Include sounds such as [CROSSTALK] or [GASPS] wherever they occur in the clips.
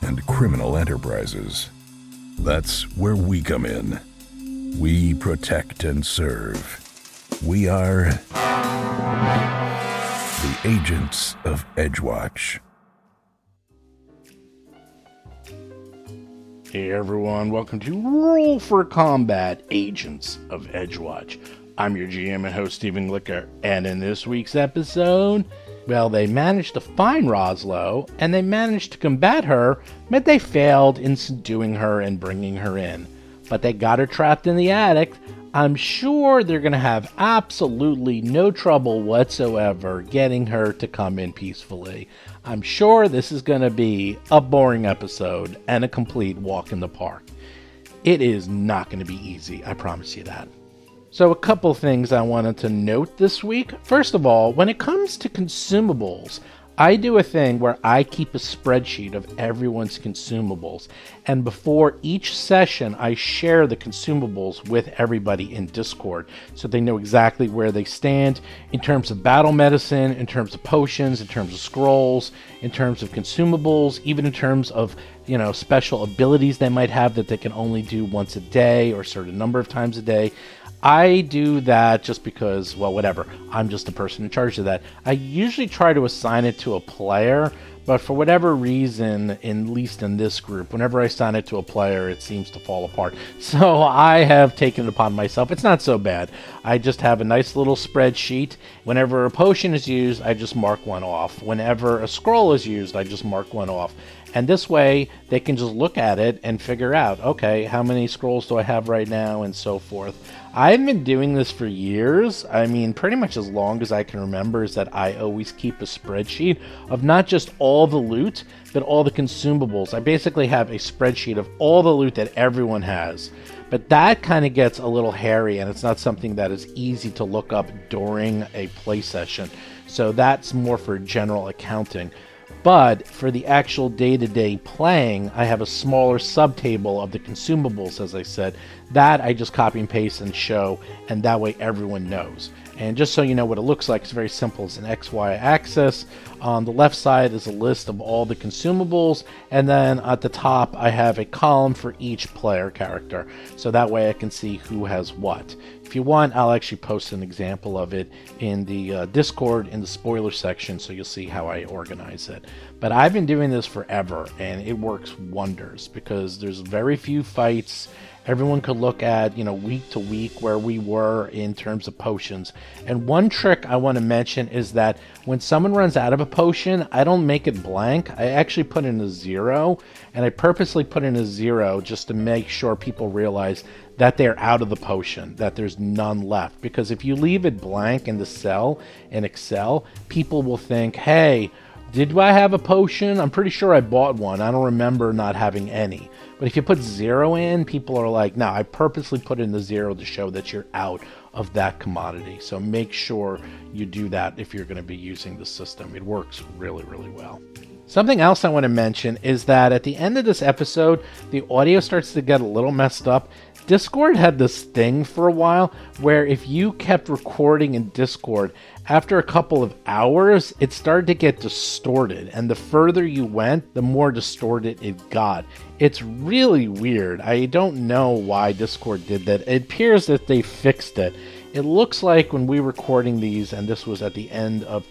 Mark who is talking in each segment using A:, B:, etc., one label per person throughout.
A: and criminal enterprises. That's where we come in. We protect and serve. We are the agents of Edgewatch.
B: Hey everyone, welcome to Roll for Combat Agents of Edgewatch. I'm your GM and host, Stephen Licker, and in this week's episode, well, they managed to find Roslo, and they managed to combat her, but they failed in subduing her and bringing her in. But they got her trapped in the attic. I'm sure they're going to have absolutely no trouble whatsoever getting her to come in peacefully. I'm sure this is going to be a boring episode and a complete walk in the park. It is not going to be easy, I promise you that. So, a couple things I wanted to note this week. First of all, when it comes to consumables, I do a thing where I keep a spreadsheet of everyone's consumables. And before each session, I share the consumables with everybody in Discord so they know exactly where they stand in terms of battle medicine, in terms of potions, in terms of scrolls, in terms of consumables, even in terms of you know special abilities they might have that they can only do once a day or a certain number of times a day. I do that just because, well, whatever. I'm just the person in charge of that. I usually try to assign it to a player, but for whatever reason, in, at least in this group, whenever I assign it to a player, it seems to fall apart. [LAUGHS] So I have taken it upon myself. It's not so bad. I just have a nice little spreadsheet. Whenever a potion is used, I just mark one off. Whenever a scroll is used, I just mark one off. And this way, they can just look at it and figure out, okay, how many scrolls do I have right now, and so forth. I've been doing this for years. I mean, pretty much as long as I can remember, is that I always keep a spreadsheet of not just all the loot, but all the consumables. I basically have a spreadsheet of all the loot that everyone has. But that kind of gets a little hairy, and it's not something that is easy to look up during a play session. So that's more for general accounting. But for the actual day to day playing, I have a smaller subtable of the consumables, as I said. That I just copy and paste and show, and that way everyone knows. And just so you know what it looks like, it's very simple. It's an XY axis. On the left side is a list of all the consumables, and then at the top, I have a column for each player character. So that way I can see who has what. If you want, I'll actually post an example of it in the uh, Discord in the spoiler section so you'll see how I organize it. But I've been doing this forever and it works wonders because there's very few fights. Everyone could look at, you know, week to week where we were in terms of potions. And one trick I want to mention is that when someone runs out of a potion, I don't make it blank. I actually put in a zero and I purposely put in a zero just to make sure people realize that they're out of the potion, that there's none left. Because if you leave it blank in the cell in Excel, people will think, hey, did I have a potion? I'm pretty sure I bought one. I don't remember not having any. But if you put zero in, people are like, no, I purposely put in the zero to show that you're out of that commodity. So make sure you do that if you're going to be using the system. It works really, really well. Something else I want to mention is that at the end of this episode, the audio starts to get a little messed up. Discord had this thing for a while where if you kept recording in Discord, after a couple of hours, it started to get distorted. And the further you went, the more distorted it got. It's really weird. I don't know why Discord did that. It appears that they fixed it. It looks like when we were recording these, and this was at the end of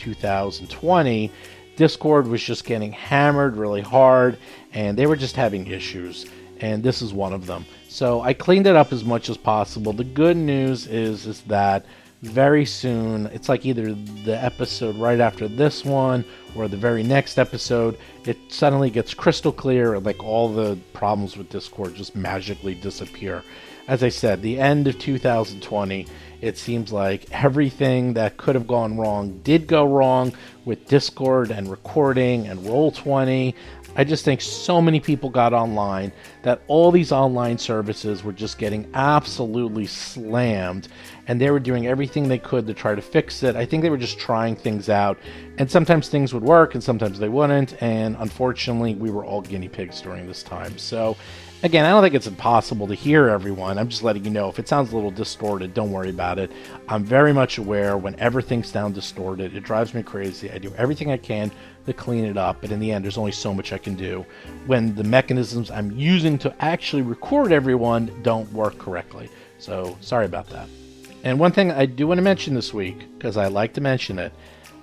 B: 2020, Discord was just getting hammered really hard and they were just having issues. And this is one of them. So I cleaned it up as much as possible. The good news is is that very soon, it's like either the episode right after this one or the very next episode, it suddenly gets crystal clear and like all the problems with Discord just magically disappear. As I said, the end of 2020 it seems like everything that could have gone wrong did go wrong with Discord and recording and Roll20. I just think so many people got online that all these online services were just getting absolutely slammed and they were doing everything they could to try to fix it. I think they were just trying things out and sometimes things would work and sometimes they wouldn't. And unfortunately, we were all guinea pigs during this time. So, again, I don't think it's impossible to hear everyone. I'm just letting you know if it sounds a little distorted, don't worry about it. I'm very much aware whenever things sound distorted, it drives me crazy. I do everything I can to clean it up, but in the end, there's only so much I can do when the mechanisms I'm using to actually record everyone don't work correctly. So, sorry about that. And one thing I do want to mention this week, because I like to mention it,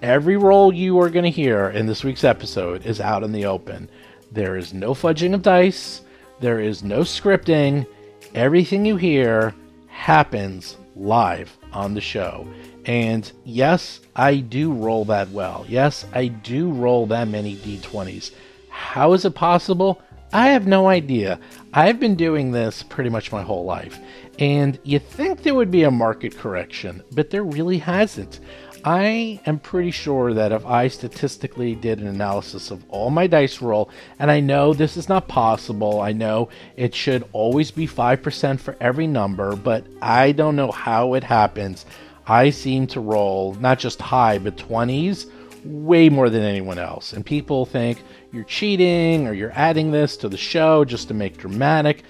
B: every roll you are going to hear in this week's episode is out in the open. There is no fudging of dice. There is no scripting. Everything you hear happens live on the show. And yes, I do roll that well. Yes, I do roll that many d20s. How is it possible? I have no idea. I've been doing this pretty much my whole life. And you think there would be a market correction, but there really hasn't. I am pretty sure that if I statistically did an analysis of all my dice roll, and I know this is not possible, I know it should always be 5% for every number, but I don't know how it happens. I seem to roll not just high, but 20s way more than anyone else. And people think you're cheating or you're adding this to the show just to make dramatic.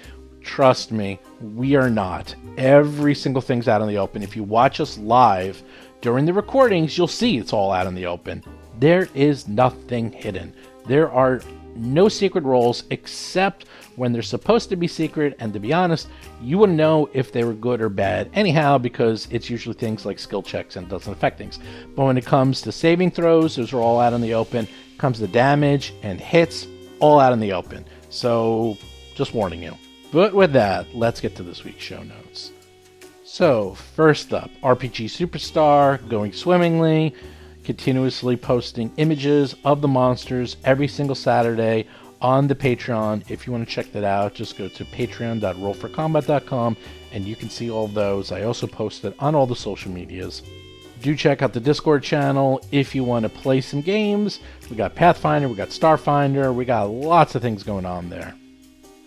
B: Trust me, we are not. Every single thing's out in the open. If you watch us live, during the recordings, you'll see it's all out in the open. There is nothing hidden. There are no secret roles except when they're supposed to be secret, and to be honest, you wouldn't know if they were good or bad anyhow because it's usually things like skill checks and it doesn't affect things. But when it comes to saving throws, those are all out in the open. Comes to damage and hits, all out in the open. So just warning you. But with that, let's get to this week's show notes. So, first up, RPG Superstar going swimmingly, continuously posting images of the monsters every single Saturday on the Patreon. If you want to check that out, just go to patreon.rollforcombat.com and you can see all those. I also post it on all the social medias. Do check out the Discord channel if you want to play some games. We got Pathfinder, we got Starfinder, we got lots of things going on there.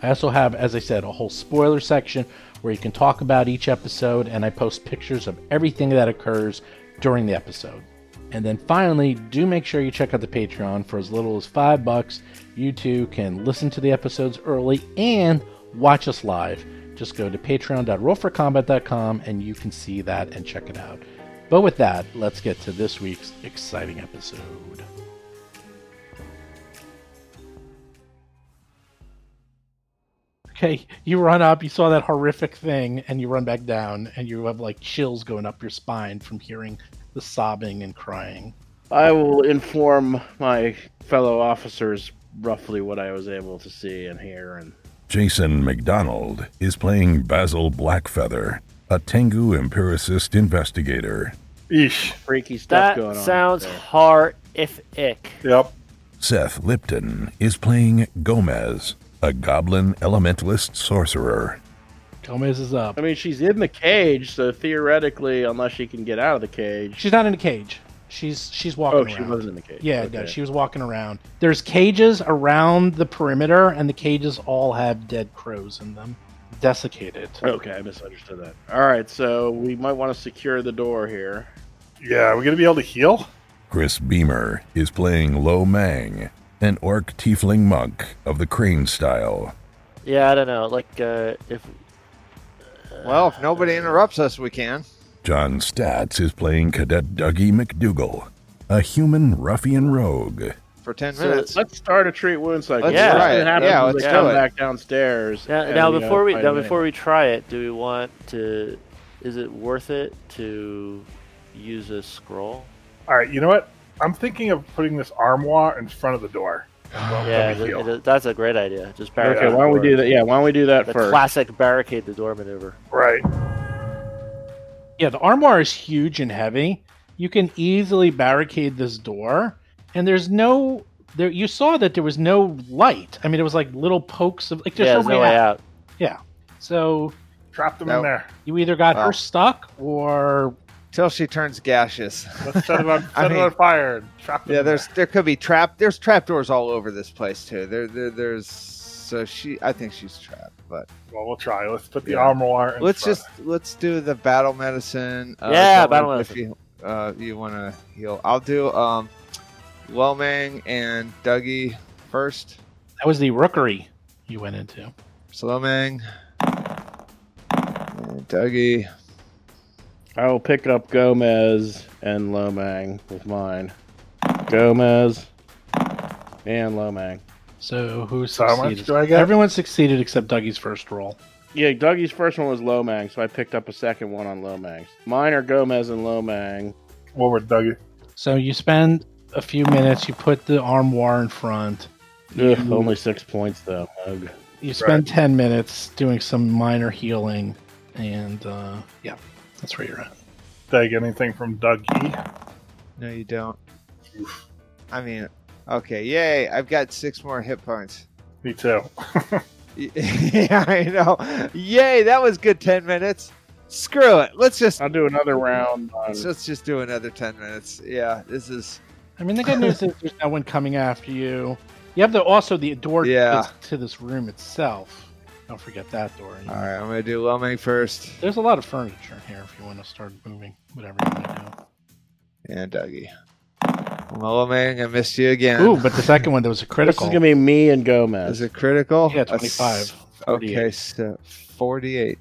B: I also have, as I said, a whole spoiler section where you can talk about each episode, and I post pictures of everything that occurs during the episode. And then finally, do make sure you check out the Patreon for as little as five bucks. You too can listen to the episodes early and watch us live. Just go to patreon.rollforcombat.com and you can see that and check it out. But with that, let's get to this week's exciting episode. okay, you run up, you saw that horrific thing, and you run back down, and you have like chills going up your spine from hearing the sobbing and crying.
C: I will inform my fellow officers roughly what I was able to see and hear. And
A: Jason McDonald is playing Basil Blackfeather, a Tengu empiricist investigator.
D: Eesh.
C: freaky
E: That
C: stuff going on.
E: sounds
C: out there.
E: horrific.
D: Yep.
A: Seth Lipton is playing Gomez, a goblin elementalist sorcerer.
B: Gomez is up.
C: I mean, she's in the cage, so theoretically, unless she can get out of the cage.
B: She's not in a cage. She's she's walking
C: oh,
B: around.
C: she wasn't in the cage.
B: Yeah,
C: Okay.
B: no, she was walking around. There's cages around the perimeter, and the cages all have dead crows in them, desiccated.
C: Okay, I misunderstood that. All right, so we might want to secure the door here.
D: Yeah, we're gonna be able to heal.
A: Chris Beamer is playing Lo Mang, an orc tiefling monk of the crane style.
E: Yeah, I don't know. Like, uh, if
F: Well, if nobody interrupts us, we can.
A: John Statz is playing Cadet Dougie McDougal, a human ruffian rogue.
F: For 10
E: So
F: minutes.
C: Let's start a treat wound cycle.
F: Let's
E: Yeah.
C: What's
E: try
C: gonna
F: it.
C: happen
F: Yeah,
C: is
F: let's
C: they
E: do
C: come
F: it.
C: back downstairs.
E: now,
C: and, uh,
E: now
C: you know,
E: before we
C: fight
E: now
C: them
E: before we try it, do we want to? Is it worth it to use a scroll?
D: All right. You know what? I'm thinking of putting this armoire in front of the door. And let- let
E: yeah,
D: me
E: th-
D: heal.
E: th- that's a great idea. Just
C: in.
E: barricade.
C: Okay, why don't we
E: the
C: do
E: door.
C: that? Yeah, why don't we do that
E: The
C: first?
E: classic barricade the door maneuver.
D: Right.
B: Yeah, the armoire is huge and heavy. You can easily barricade this door, and there's no there. You saw that there was no light. I mean, it was like little pokes of like there's
E: yeah,
B: no,
E: there's no way out.
B: So
D: Drop them
F: No.
D: in there.
B: you either got her
F: Wow.
B: stuck or
F: till she turns gaseous.
D: Let's
F: [LAUGHS]
D: set it on, set
F: I
D: it
F: mean-
D: on fire. And trap it
F: yeah,
D: in
F: there's there could be trap. There's trapdoors all over this place too. There, there there's so she. I think she's trapped, but
D: there. Well, we'll try. Let's put the
F: Yeah.
D: armoire. In
F: let's
D: front.
F: just let's do the battle medicine. Uh,
E: Yeah,
F: Dylan,
E: battle
F: If you uh, you want to heal, I'll do um, Lomang and Dougie first.
B: That was the rookery you went into.
F: So Lomang and Dougie.
C: I will pick up Gomez and Lomang with mine. Gomez and Lomang.
B: So who
D: So how
B: succeeded?
D: much do I get?
B: Everyone succeeded except Dougie's first roll.
C: Yeah, Dougie's first one was Lomang, so I picked up a second one on Lomang's. Mine are Gomez and Lomang.
D: Well, we're Dougie.
B: So you spend a few minutes. You put the armoire in front.
C: Ugh, only six points though. Ugh.
B: You spend ten minutes doing some minor healing, and uh, yeah, that's where you're at.
D: Did I get anything from Dougie?
F: No, you don't. I mean, okay, yay! I've got six more hit points. [LAUGHS]
D: Me too.
F: yeah, I know. Yay, that was good 10 minutes. Screw it. Let's just
C: I'll do another round. On,
F: let's just do another 10 minutes. Yeah, this is
B: I mean, the good news is there's no one coming after you. You have the also the door
F: Yeah.
B: that's to this room itself. Don't forget that door.
F: All right, I'm going to do Lomang first
B: There's a lot of furniture in here if you want to start moving whatever you want to
F: and Dougie. Well, Lomang, I missed you again.
B: do. Ooh, but the second one that was a
C: this is
B: critical.
C: gonna be me and
F: is
C: Gomez.
F: it critical?
B: yeah,
F: That's-
B: 25. 48.
F: Okay, so 48.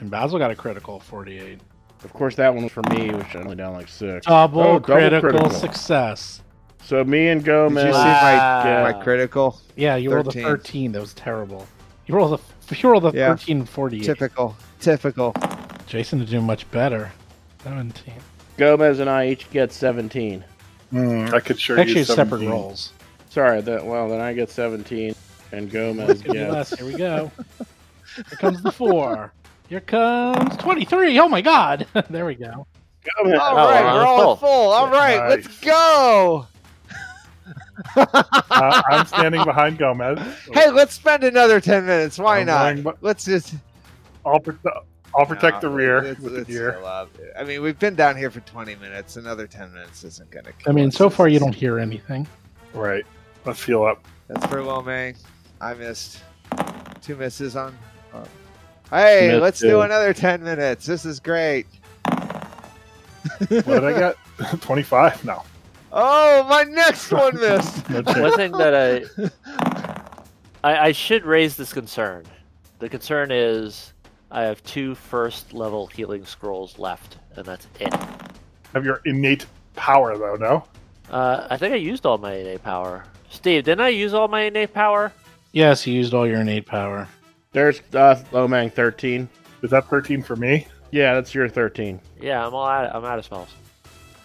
B: And Basil got a critical 48.
C: Of course, that one was for me, which I only down like six.
B: Double,
C: Oh, double
B: critical,
C: critical.
B: success.
C: So me and
F: Did you see
C: Gomez. uh,
E: Wow.
F: my my critical?
B: Yeah, you rolled a
F: 13.
B: 13. That was terrible. You rolled a, [LAUGHS] you rolled a
F: Yeah.
B: 13 and 48.
F: Typical. Typical.
B: Jason did do much better. 17.
C: Gomez and I each get seventeen.
D: Mm, I could sure
B: Actually,
D: use
B: it's separate
D: 17. [LAUGHS]
B: rolls.
C: Sorry, that well then I get seventeen and Gomez
B: Could be
C: gets
B: less. Here we go. Here comes the four. Here comes 23. Oh my god. [LAUGHS] there we go.
C: [LAUGHS] Gomez. uh,
F: All
E: Oh,
F: right,
E: we're
F: we're
E: on
F: all
E: full.
F: full. All right, let's
D: Nice.
F: go.
D: Uh, I'm standing behind Gomez.
F: [LAUGHS] Hey, let's spend another 10 minutes. Why
D: I'm going
F: not?
D: bu-
F: Let's
D: [LAUGHS]
F: just
D: I'll, pro- I'll protect
F: No,
D: the rear
F: it's-
D: with the
F: it's
D: deer.
F: still up. I mean, we've been down here for 20 minutes. Another 10 minutes isn't going to
B: I
F: kill
B: mean,
F: us.
B: so far
F: This
B: you
F: is-
B: don't hear anything.
D: Right. Let's
F: [LAUGHS]
D: heal up.
F: That's for Lomang. I missed two misses on. on- Hey,
C: Missed
F: let's do
C: two.
F: another 10 minutes. This is great.
D: What did I get? [LAUGHS] 25? No.
F: Oh, my
D: [LAUGHS]
F: next one missed. [LAUGHS]
D: No
E: One [LAUGHS]
D: chance.
E: thing that I, [LAUGHS] I I should raise this concern. The concern is I have two first level healing scrolls left, and that's it.
D: Have your innate power, though, no?
E: Uh, I think I used all my innate power. Steve, didn't I use all my innate power?
B: Yes, you used all your innate power.
C: There's uh, Lomang thirteen.
D: Is that 13 for me?
C: Yeah, that's your thirteen.
E: Yeah, I'm all out. I'm out of spells.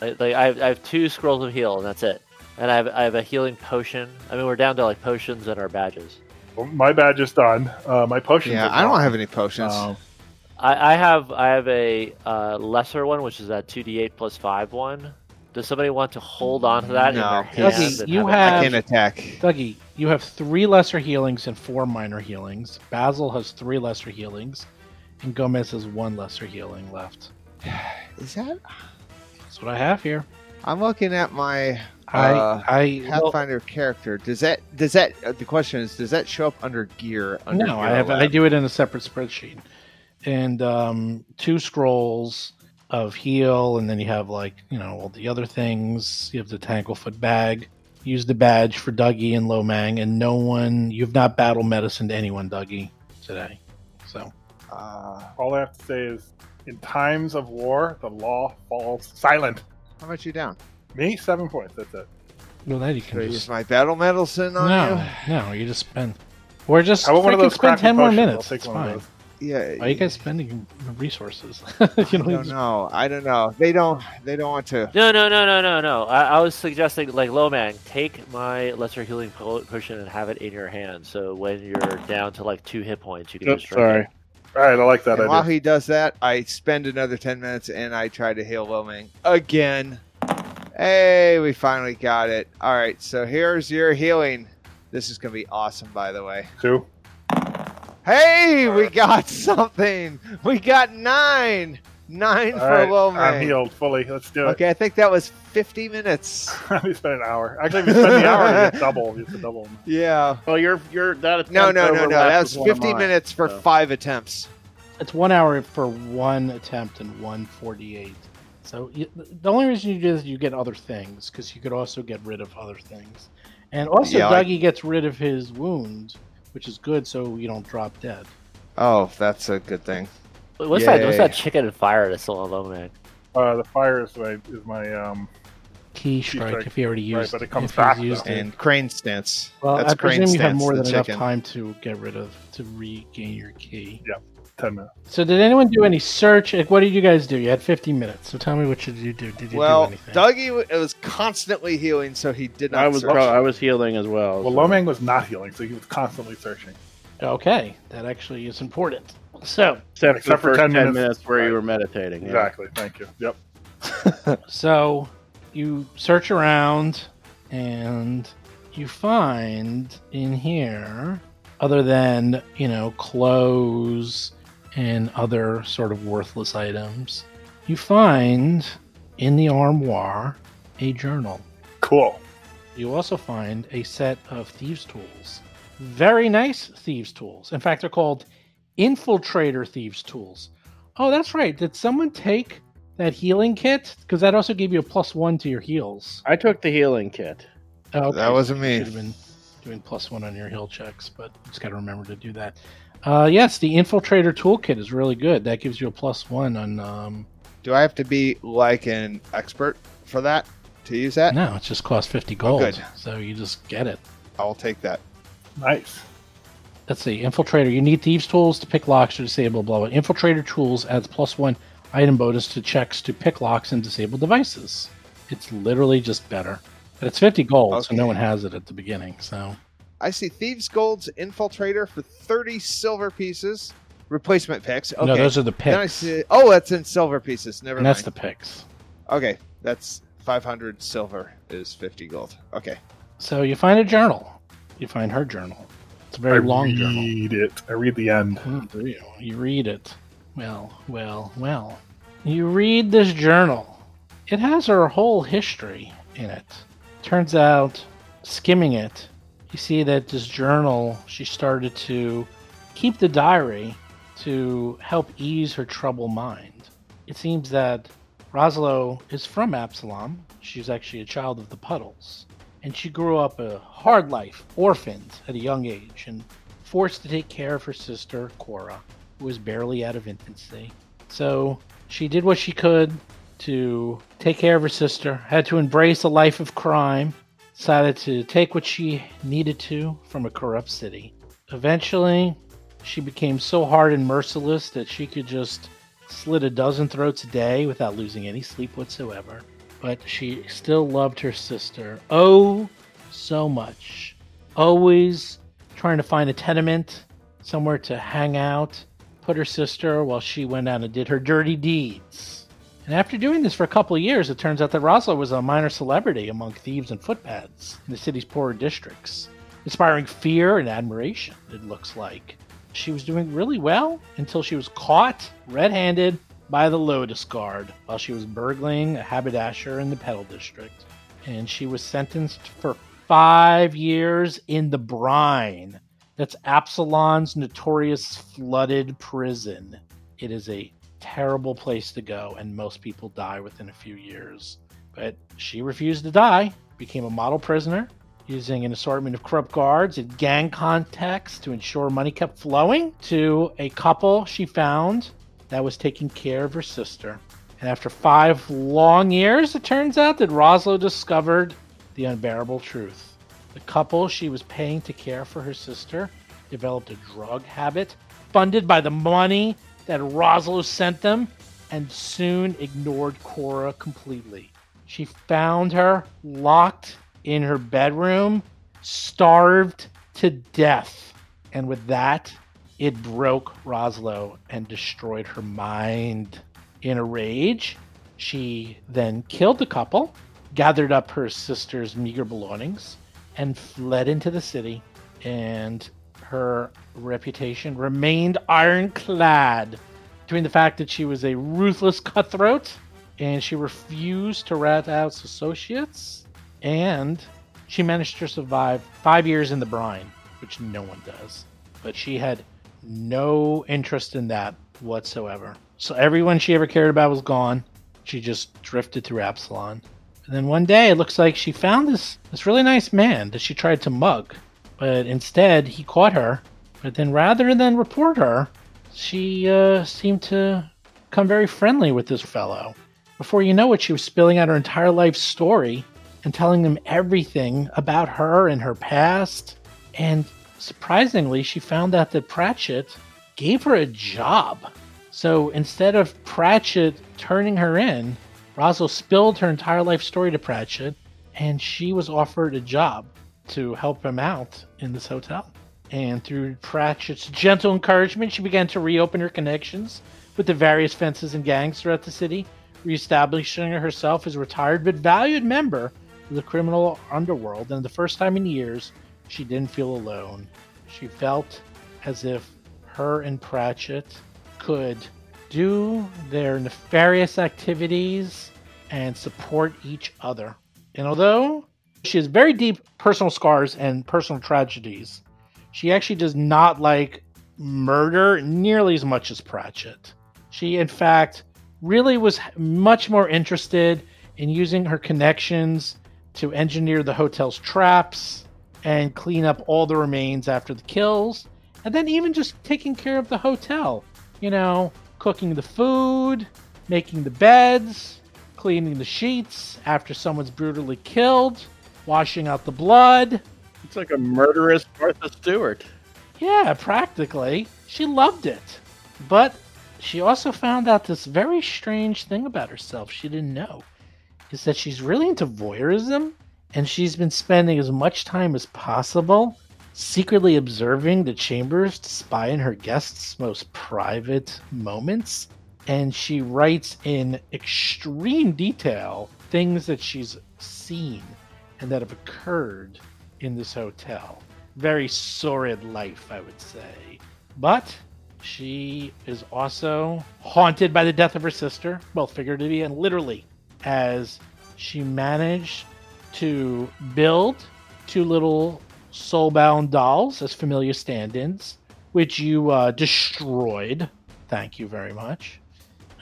E: Like, like I, have, I have two scrolls of heal, and that's it. And I have, I have a healing potion. I mean, we're down to like potions and our badges.
D: Well, my badge is done. Uh, my potions
F: yeah,
D: are
F: I don't
D: gone.
F: have any potions.
D: Um,
B: Um,
E: I, I have I have a uh, lesser one, which is that two d eight plus five one. Does somebody want to hold on to that? in
F: No.
E: their
F: Doesn't-
E: hand and
B: you
E: have it-
B: have-
F: I can't attack.
B: Dougie, you have three lesser healings and four minor healings. Basil has three lesser healings, and Gomez has one lesser healing left.
F: Is that?
B: That's what I have here.
F: I'm looking at my
B: I
F: Uh,
B: I well,
F: Pathfinder character. Does that? Does that? Uh, the question is, does that show up under gear? Under
B: no, I
F: gear
B: have I
F: 11?
B: do it in a separate spreadsheet, and um, two scrolls of heal, and then you have like you know all the other things. You have the Tanglefoot bag. Use the badge for Dougie and Lomang, and no one you've not battle medicine to anyone, Dougie, today. So
F: Uh,
D: All I have to say is, in times of war, the law falls silent.
F: how much you down?
D: Me, seven points. That's it.
B: well, that you can
F: Should I
B: just-
F: use my battle medicine on
B: No, no, you just spend. Or just
D: How about one of
B: freaking
D: those
B: spend
D: crappy
B: ten more
D: potions?
B: minutes.
D: I'll
B: It's
D: take one
B: fine.
D: of those.
F: you? Yeah.
B: Why are you guys spending resources? [LAUGHS]
F: I
B: you know,
F: don't know. I don't know. They don't. They don't want to.
E: No, no, no, no, no, no. I, I was suggesting, like, Lomang, take my Lesser Healing po- Potion and have it in your hand. So when you're down to, like, two hit points, you can
D: Oh,
C: Oops,
E: just drink
C: sorry.
E: it.
D: All right, I like that
F: And while
D: idea.
F: he does that, I spend another ten minutes and I try to heal Loming again. Hey, we finally got it. All right, so here's your healing. This is gonna be awesome, by the way.
D: Two.
F: [LAUGHS] Hey, we got something. We got nine. nine
D: All
F: for
D: right,
F: Lomang.
D: I'm healed fully. Let's do
B: [LAUGHS]
D: it. [LAUGHS]
F: Okay, I think that was 50 minutes.
D: we spent an hour. Actually, if you spend the hour,
B: [LAUGHS]
D: you get double. You get the double.
F: Yeah.
C: Well, you're you're that.
F: No,
C: attempt
F: no, no, no.
C: overlapped
F: That
C: with
F: was
C: one of
F: 50
C: mine,
F: minutes for
C: so.
F: five attempts.
B: It's one hour for one attempt and one forty-eight. So you, the only reason you do this, is you get other things because you could also get rid of other things, and also
F: Yeah, I-
B: Dougie gets rid of his wound, which is good, so you don't drop dead.
F: Oh, that's a good thing.
E: What's that? What's
F: Yay.
E: that chicken and fire that's still on Lomang?
D: Uh, the fire is my is my um.
B: Key
D: strike,
B: strike, if he already used.
D: right, but it
B: if
D: comes
B: he's
D: back,
B: used
D: though.
B: it.
F: And crane stance.
B: Well,
F: that's
B: I
F: crane
B: presume you
F: stance.
B: have more
F: the
B: than
F: chicken.
B: enough time to get rid of to regain your key.
D: Ten minutes.
B: So did anyone do any search? Like, What did you guys do? You had 50 minutes. So tell me what did you do? Did you
F: Well,
B: do anything?
F: Dougie w- it was constantly healing, so he did not.
C: I was
F: search.
C: pro- I was healing as well.
D: Well,
C: so-
D: Lomang was not healing, so he was constantly searching.
B: okay, that actually is important. So,
C: except,
D: except
C: for, the
D: for
C: first
D: 10
C: 10
D: minutes.
C: minutes, where
D: Right.
C: you were meditating. yeah.
D: Exactly. Thank you. Yep.
B: so you search around and you find in here other than, you know, clothes and other sort of worthless items, you find in the armoire a journal.
D: Cool.
B: You also find a set of thieves' tools. Very nice thieves' tools. In fact, they're called infiltrator thieves' tools. Oh, that's right. Did someone take that healing kit? Because that also gave you a plus one to your heals.
C: I took the healing kit.
B: Oh,
F: That wasn't
B: You
F: me.
B: should have been doing plus one on your heal checks, but just got to remember to do that. Uh, yes, the infiltrator toolkit is really good. That gives you a plus one on. Um,
F: Do I have to be like an expert for that to use that?
B: no, it just costs 50 gold.
F: Uh, good.
B: So you just get it.
F: I'll take that.
D: Nice.
B: let's see, infiltrator. You need thieves' tools to pick locks or disable blah blah. Infiltrator tools adds plus one item bonus to checks to pick locks and disable devices. It's literally just better. But it's fifty gold, so no
F: Okay.
B: one has it at the beginning. So
F: I see Thieves Gold's Infiltrator for 30 silver pieces. Replacement picks. Okay.
B: no, those are the
F: Then I
B: picks,
F: see, oh, that's in silver pieces. Never
B: and
F: mind.
B: that's the picks.
F: Okay, that's 500 silver is 50 gold. Okay.
B: So you find a journal. You find her journal. It's a very
D: I
B: long
D: read
B: journal.
D: it. I read the end.
B: Hmm, do you? You read it. Well, well, well. You read this journal. It has her whole history in it. Turns out, skimming it, you see that this journal, she started to keep the diary to help ease her troubled mind. It seems that Rosalo is from Absalom. She's actually a child of the Puddles. And she grew up a hard life, orphaned at a young age, and forced to take care of her sister, Cora, who was barely out of infancy. So she did what she could to take care of her sister, had to embrace a life of crime, decided to take what she needed to from a corrupt city. Eventually, she became so hard and merciless that she could just slit a dozen throats a day without losing any sleep whatsoever. But she still loved her sister. Oh, so much. Always trying to find a tenement, somewhere to hang out, put her sister while she went out and did her dirty deeds. And after doing this for a couple of years, it turns out that Rosalind was a minor celebrity among thieves and footpads in the city's poorer districts, inspiring fear and admiration, it looks like. She was doing really well until she was caught red handed by the Lotus Guard while she was burgling a haberdasher in the Petal District. And she was sentenced for five years in the brine. That's Absalon's notorious flooded prison. It is a terrible place to go, and most people die within a few years. But she refused to die, became a model prisoner, using an assortment of corrupt guards and gang contacts to ensure money kept flowing to a couple she found that was taking care of her sister. And after five long years, it turns out that Roslo discovered the unbearable truth. The couple she was paying to care for her sister developed a drug habit funded by the money that Roslo sent them and soon ignored Cora completely. She found her locked in her bedroom, starved to death. And with that, it broke Roslo and destroyed her mind. In a rage, she then killed the couple, gathered up her sister's meager belongings, and fled into the city. And her reputation remained ironclad between the fact that she was a ruthless cutthroat and she refused to rat out associates, and she managed to survive five years in the brine, which no one does. But she had no interest in that whatsoever. So everyone she ever cared about was gone. She just drifted through Absalon. And then one day, it looks like she found this this really nice man that she tried to mug, but instead he caught her. But then, rather than report her, she uh, seemed to become very friendly with this fellow. Before you know it, she was spilling out her entire life story and telling them everything about her and her past. And surprisingly, she found out that Pratchett gave her a job. So instead of Pratchett turning her in, Rosal spilled her entire life story to Pratchett, and she was offered a job to help him out in this hotel. And through Pratchett's gentle encouragement, she began to reopen her connections with the various fences and gangs throughout the city, reestablishing herself as a retired but valued member of the criminal underworld. And the first time in years, she didn't feel alone. She felt as if her and Pratchett could do their nefarious activities and support each other. And although she has very deep personal scars and personal tragedies, she actually does not like murder nearly as much as Pratchett. She, in fact, really was much more interested in using her connections to engineer the hotel's traps and clean up all the remains after the kills, and then even just taking care of the hotel. You know, cooking the food, making the beds, cleaning the sheets after someone's brutally killed, washing out the blood.
C: It's like a murderous Martha Stewart.
B: Yeah, practically. She loved it. But she also found out this very strange thing about herself she didn't know is that she's really into voyeurism and she's been spending as much time as possible secretly observing the chambers to spy in her guests' most private moments. And she writes in extreme detail things that she's seen and that have occurred in this hotel. Very sordid life, I would say. But she is also haunted by the death of her sister, both figuratively and literally, as she managed to build two little soulbound dolls as familiar stand-ins which you uh, destroyed thank you very much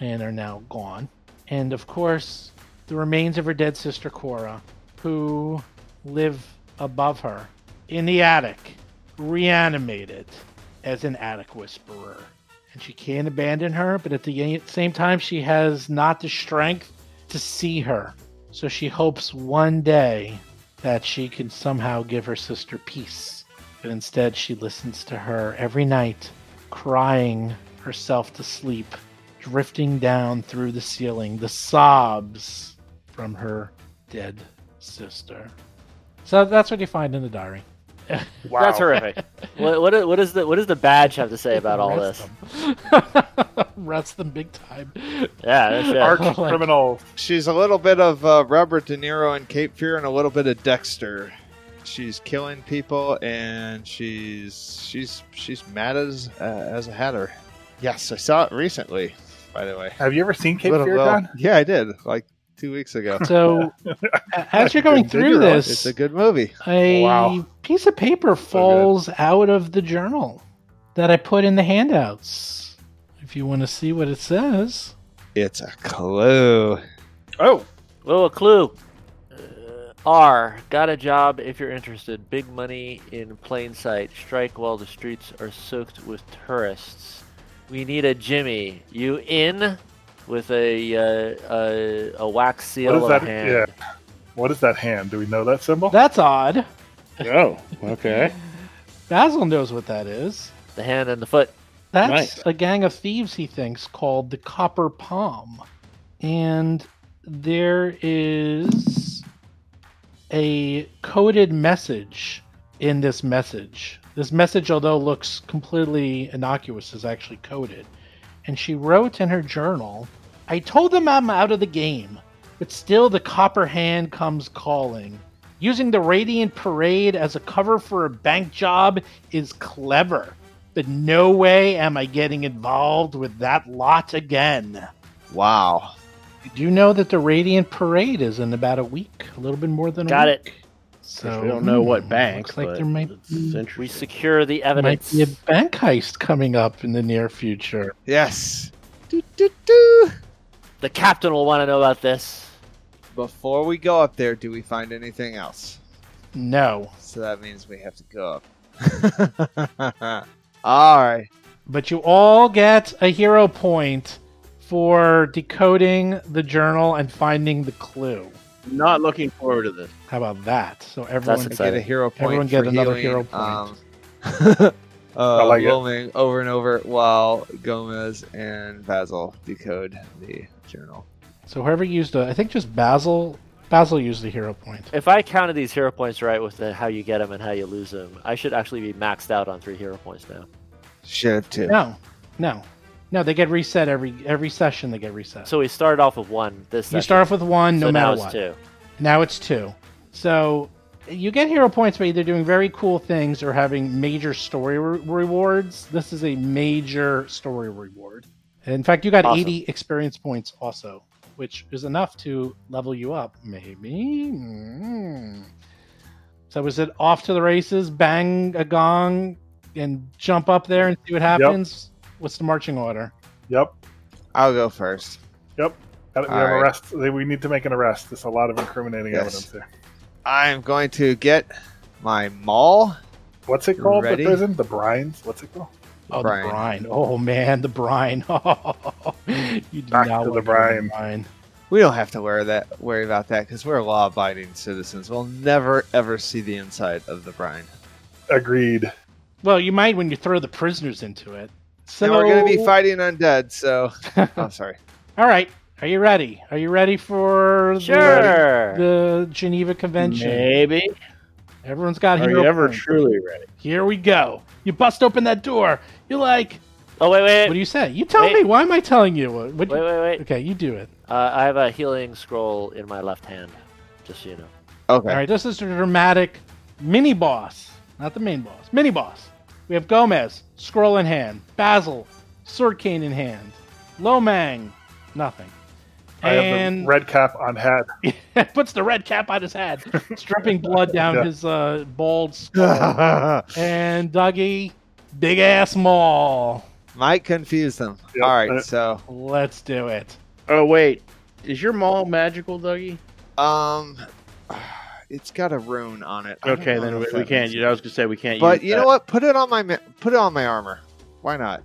B: and are now gone and of course the remains of her dead sister cora who live above her in the attic reanimated as an attic whisperer and she can't abandon her but at the same time she has not the strength to see her so she hopes one day that she can somehow give her sister peace. But instead, she listens to her every night, crying herself to sleep, drifting down through the ceiling, the sobs from her dead sister. So that's what you find in the diary.
D: Wow.
E: That's horrific. what, what, what, is the, what does the badge have to say about all this?
B: Rest them. [LAUGHS] Rest them big time.
E: Yeah, that's it.
D: Arch criminal.
F: She's a little bit of uh, Robert De Niro in Cape Fear and a little bit of Dexter. She's killing people and she's she's she's mad as uh, as a hatter. Yes, I saw it recently. By the way,
D: Have you ever seen Cape
F: Little-
D: Fear,
F: well,
D: Don?
F: Yeah, I did like two weeks ago.
B: So, a- as you're going
F: Did
B: through
F: you really?
B: this,
F: it's a good movie.
B: a
D: Wow.
B: piece of paper falls out of the journal that I put in the handouts. If you want to see what it says,
F: It's a clue.
D: Oh,
E: Well, a clue. Uh, R. Got a job if you're interested. Big money in plain sight. Strike while the streets are soaked with tourists. We need a Jimmy. You in? With a uh, a, a wax seal
D: is
E: of
D: that?
E: a hand.
D: Yeah. What is that hand? Do we know that symbol?
B: that's odd.
C: [LAUGHS] Oh, okay.
B: Basil knows what that is.
E: The hand and the foot.
B: That's
C: Nice.
B: a gang of thieves, he thinks, called the Copper Palm. And there is a coded message in this message. This message, although looks completely innocuous, is actually coded. And she wrote in her journal I told them I'm out of the game, but still the copper hand comes calling. Using the Radiant Parade as a cover for a bank job is clever. But no way am I getting involved with that lot again.
F: Wow.
B: You do know that the Radiant Parade is in about a week, a little bit more than
E: Got
B: a
E: it.
B: week. So
C: we don't know what
B: hmm,
C: bank.
B: Looks like
C: but
B: there might
C: it's
B: be-
C: interesting.
E: We secure the evidence.
B: might be a bank heist coming up in the near future.
F: Yes. Do, do, do.
E: The captain will want to know about this.
F: Before we go up there, do we find anything else?
B: No,
F: So that means we have to go up. [LAUGHS] All right.
B: but you all get a hero point for decoding the journal and finding the clue.
C: Not looking forward to this.
B: How about that? So everyone,
E: That's
F: I get a
E: Exciting.
F: hero point.
B: Everyone get
F: for
B: another
F: healing,
B: hero point.
F: Um, uh,
D: like it.
F: roaming over and over while Gomez and Basil decode the journal.
B: so whoever used a, I think just Basil. Basil used the hero point.
E: If I counted these hero points right with the, how you get them and how you lose them, I should actually be maxed out on three hero points now.
F: Should have two.
B: No, no, no. They get reset every every session. They get reset.
E: So we started off with one. This
B: you
E: session.
B: start off with one, no
E: So now
B: matter
E: it's
B: what.
E: two.
B: Now it's two. So you get hero points by either doing very cool things or having major story re- rewards. This is a major story reward. And in fact, you got
E: Awesome.
B: 80 experience points also, which is enough to level you up, maybe. Mm. So is it off to the races, bang a gong, and jump up there and see what happens? What's the marching order?
D: Yep.
F: I'll go first.
D: Got it. We
F: All
D: have
F: right.
D: arrest. We need to make an arrest. There's a lot of incriminating
F: Yes.
D: evidence here.
F: I'm going to get my maul.
D: What's it called?
F: Ready?
D: The prison? The brines? What's it called?
B: Oh,
F: Brine.
B: the brine. Oh, man, the brine. [LAUGHS] you do
D: Back
B: not
D: to the
B: want
D: brine.
B: brine.
F: We don't have to worry that worry about that because we're law-abiding citizens. We'll never ever see the inside of the brine.
D: Agreed.
B: Well, you might when you throw the prisoners into it. So
F: And we're going to be fighting
C: [LAUGHS]
F: undead. So, oh, sorry.
B: All right. Are you ready? Are you ready for the-
E: Sure.
B: the, Geneva Convention?
C: Maybe.
B: Everyone's got
C: Are
B: hero
C: you ever
B: points.
C: truly ready?
B: Here we go. You bust open that door. You're like,
E: Oh wait, wait,
B: what do you say? You tell
E: Wait.
B: me. Why am I telling you? What, what-
E: wait, wait, wait.
B: Okay, you do it.
E: Uh, I have a healing scroll in my left hand, just so you know.
F: Okay.
B: All right. This is a dramatic mini boss, not the main boss. Mini boss. We have Gomez, scroll in hand. Basil, sword cane in hand. Lomang, nothing.
D: I have the
B: and
D: red cap on [LAUGHS]
B: [LAUGHS]
D: head.
B: puts the red cap on his head, stripping blood
F: [LAUGHS]
B: down
D: Yeah.
B: his uh, bald skull. and Dougie, big ass maul.
F: Might confuse them.
D: Yep.
F: All right.
D: Uh,
F: So,
B: Let's do it.
C: Oh wait, is your mall magical, Dougie?
F: um, [SIGHS] it's got a rune on it. I don't
C: Okay,
F: know
C: then
F: if
C: we,
F: that
C: we can't.
F: means-
C: use I was gonna say we can't.
F: But
C: use
F: you
C: that.
F: know what? Put it on my ma- put it on my armor. Why not?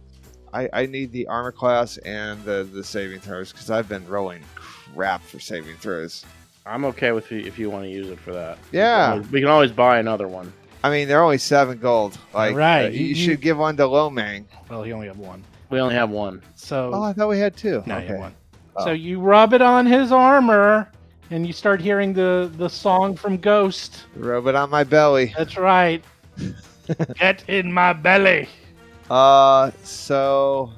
F: I, I need the armor class and the, the saving throws because I've been rolling crap for saving throws.
C: I'm okay with you if you want to use it for that.
F: Yeah,
C: we can always buy another one.
F: I mean they're only seven gold. Like,
B: Right,
F: uh, you,
B: you-
F: should give one to Lomang.
B: Well, he only had one.
C: We only have one.
B: So
F: Oh, I thought we had two.
B: no, he had
F: okay.
B: one.
F: Oh.
B: So you rub it on his armor, and you start hearing the the song from Ghost.
F: Rub it on my belly.
B: That's
F: [LAUGHS]
B: right. Get in my belly.
F: Uh, so,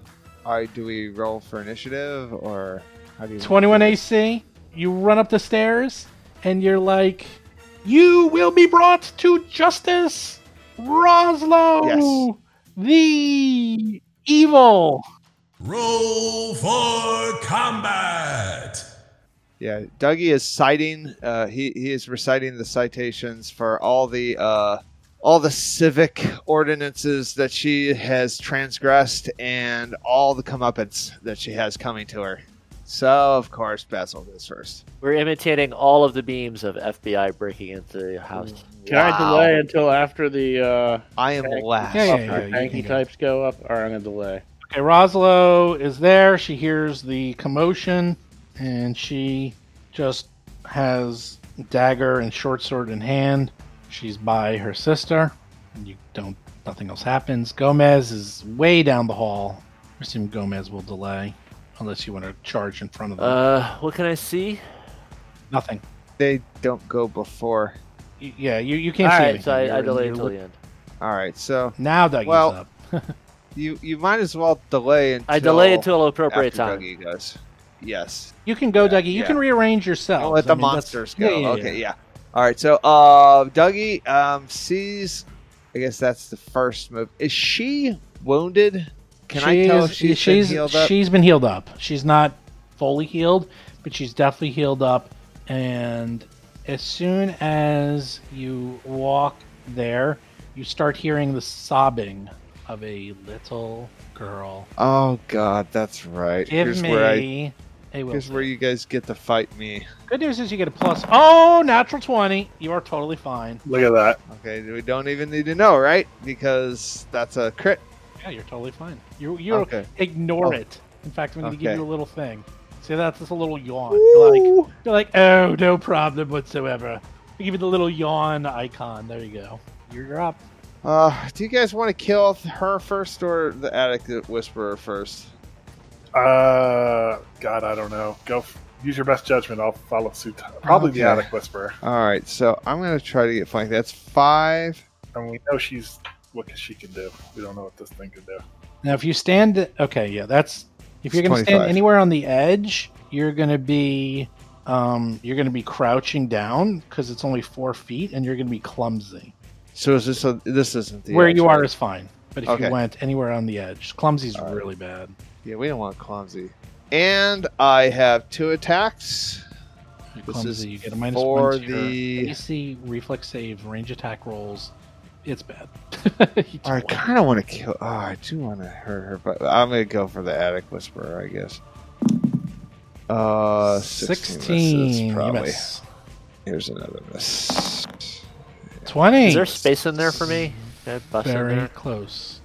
F: all right, do we roll for initiative or how do you?
B: 21 AC. You run up the stairs and you're like, You will be brought to justice, Roslo, the evil.
G: Roll for combat!
F: Yeah, Dougie is citing. Uh, he he is reciting the citations for all the uh, all the civic ordinances that she has transgressed and all the comeuppance that she has coming to her. So of course, Basil goes first.
E: We're imitating all of the beams of FBI breaking into the house.
C: Can I
F: Wow.
C: delay until after the uh,
F: I am last.
B: Yeah, yeah,
C: upper
B: yeah, you can
C: tanky
B: go.
C: types go up? Or I'm gonna delay.
B: Okay, Roslo is there. She hears the commotion and she just has dagger and short sword in hand. She's by her sister. You don't, nothing else happens. Gomez is way down the hall. I assume Gomez will delay unless you want to charge in front of them.
E: Uh, what can I see?
B: Nothing.
F: They don't go before.
B: Y- Yeah, you, you
E: All
B: can't see
E: right,
B: anything.
E: so I, I
B: You're-
E: delay
B: you're
E: until
B: look-
E: the end.
F: All right, so
B: Now Dougie's
F: Well,
B: up.
F: you you might as well delay until
E: I delay until appropriate
F: appropriate
E: time.
F: Dougie goes. Yes.
B: You can go,
F: yeah,
B: Dougie. You
F: yeah.
B: can rearrange yourself.
F: Don't let the
B: Oh, I mean, that's-
F: monsters go.
B: yeah, yeah, yeah.
F: okay, yeah. All right, so uh, Dougie um, sees. I guess that's the first move. Is she wounded? Can I tell if she's, been healed up?
B: she's been healed up. She's not fully healed, but she's definitely healed up. And as soon as you walk there, you start hearing the sobbing of a little girl.
F: oh God, that's right.
B: Give
F: here's
B: me
F: where I
B: a will.
F: here's
B: save.
F: where you guys get to fight me.
B: Good news is you get a plus. Oh, natural twenty. You are totally fine.
D: Look at that.
F: Okay, we don't even need to know, right? Because that's a crit.
B: Yeah, you're totally fine. You you
F: Okay.
B: ignore
F: Oh.
B: it. In fact, I'm going to give
F: Okay.
B: you a little thing. See, that's just a little yawn. You're like, you're like, oh, no problem whatsoever. I give you the little yawn icon. There you go. You're up.
F: Uh, do you guys want to kill her first or the Attic Whisperer first?
D: Uh, God, I don't know. Go f- use your best judgment. I'll follow suit. Probably the
F: Okay.
D: attic whisperer.
F: All right, so I'm gonna try to get flanked. That's five.
D: And we know she's what she can do. We don't know what this thing can do.
B: Now, if you stand, okay, yeah, that's if you're
F: It's
B: going to stand
F: 25.
B: anywhere on the edge, you're going to be, um, you're going to be crouching down because it's only four feet, and you're going to be clumsy.
F: So is this a, this isn't the
B: Where
F: edge,
B: you
F: right?
B: are is fine, but if
F: Okay.
B: you went anywhere on the edge, clumsy's
F: All right.
B: really bad.
F: Yeah, we don't want clumsy. And I have two attacks.
B: You're
F: This
B: clumsy,
F: is
B: you get a minus
F: for
B: one to your
F: the-
B: AC, reflex save, range attack rolls. It's bad. [LAUGHS] You
F: I
B: took one.
F: kind of want to kill. Oh, I do want to hurt her, but I'm gonna go for the Attic Whisperer, I guess. Uh, sixteen. misses,
B: you
F: probably.
B: miss.
F: Here's another miss.
B: Twenty.
E: Is there space in there for me? Can I bust in
B: Very
E: there?
B: close.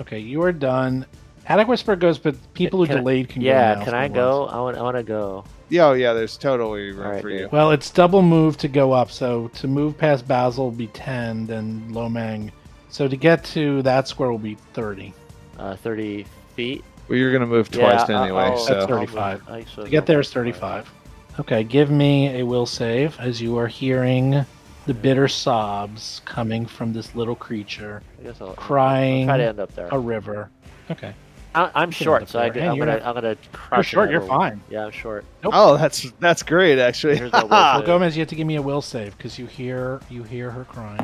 B: Okay, you are done. Attic Whisper goes, but people who
E: Can I-
B: delayed can go.
E: Yeah,
B: now
E: can
B: if
E: I
B: they
E: go?
B: want.
E: I want. I want to go.
F: Yeah, oh, yeah. There's totally room
E: Alright,
F: for
E: dude.
F: you.
B: Well, it's double move to go up, so to move past Basil will be 10, then Lomang. So to get to that square will be 30.
E: Uh, Thirty feet.
F: Well, you're gonna move
E: Yeah, uh, oh,
F: twice
E: I'll-
F: anyway.
E: I'll-
F: so
B: That's
E: I'll
B: 35.
E: move. I suppose
B: To get
E: I'll
B: there
E: move.
B: is 35. Okay, give me a will save as you are hearing the bitter sobs coming from this little creature
E: I guess I'll- I'll
B: crying
E: Try to end up there.
B: a river. Okay.
E: I, I'm
B: can end
E: short,
B: up
E: so I, am
B: there. Hey,
E: gonna,
B: you're
E: I'm gonna crush.
B: You're short,
E: it out
B: you're
E: of-
B: fine.
E: Yeah, I'm short.
F: Oh, that's that's great actually.
E: Here's that will save.
B: Gomez, you have to give me a will save because you hear you hear her crying.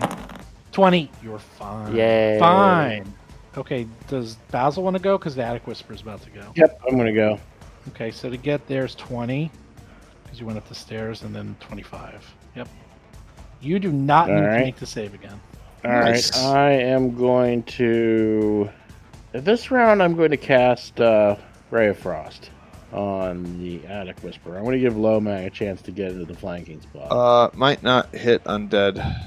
B: Twenty, you're fine.
E: Yay.
B: fine. Okay, does Basil want to go? Because the attic whisper's about to go.
C: Yep, I'm gonna go.
B: Okay, so to get there's twenty because you went up the stairs and then twenty-five. Yep. You do not need to
C: Alright.
B: make the save again.
C: All right,
F: Nice.
C: I am going to. This round, I'm going to cast uh, Ray of Frost on the Attic Whisperer. I'm going to give Lomang a chance to get into the flanking spot.
F: Uh, might not hit undead.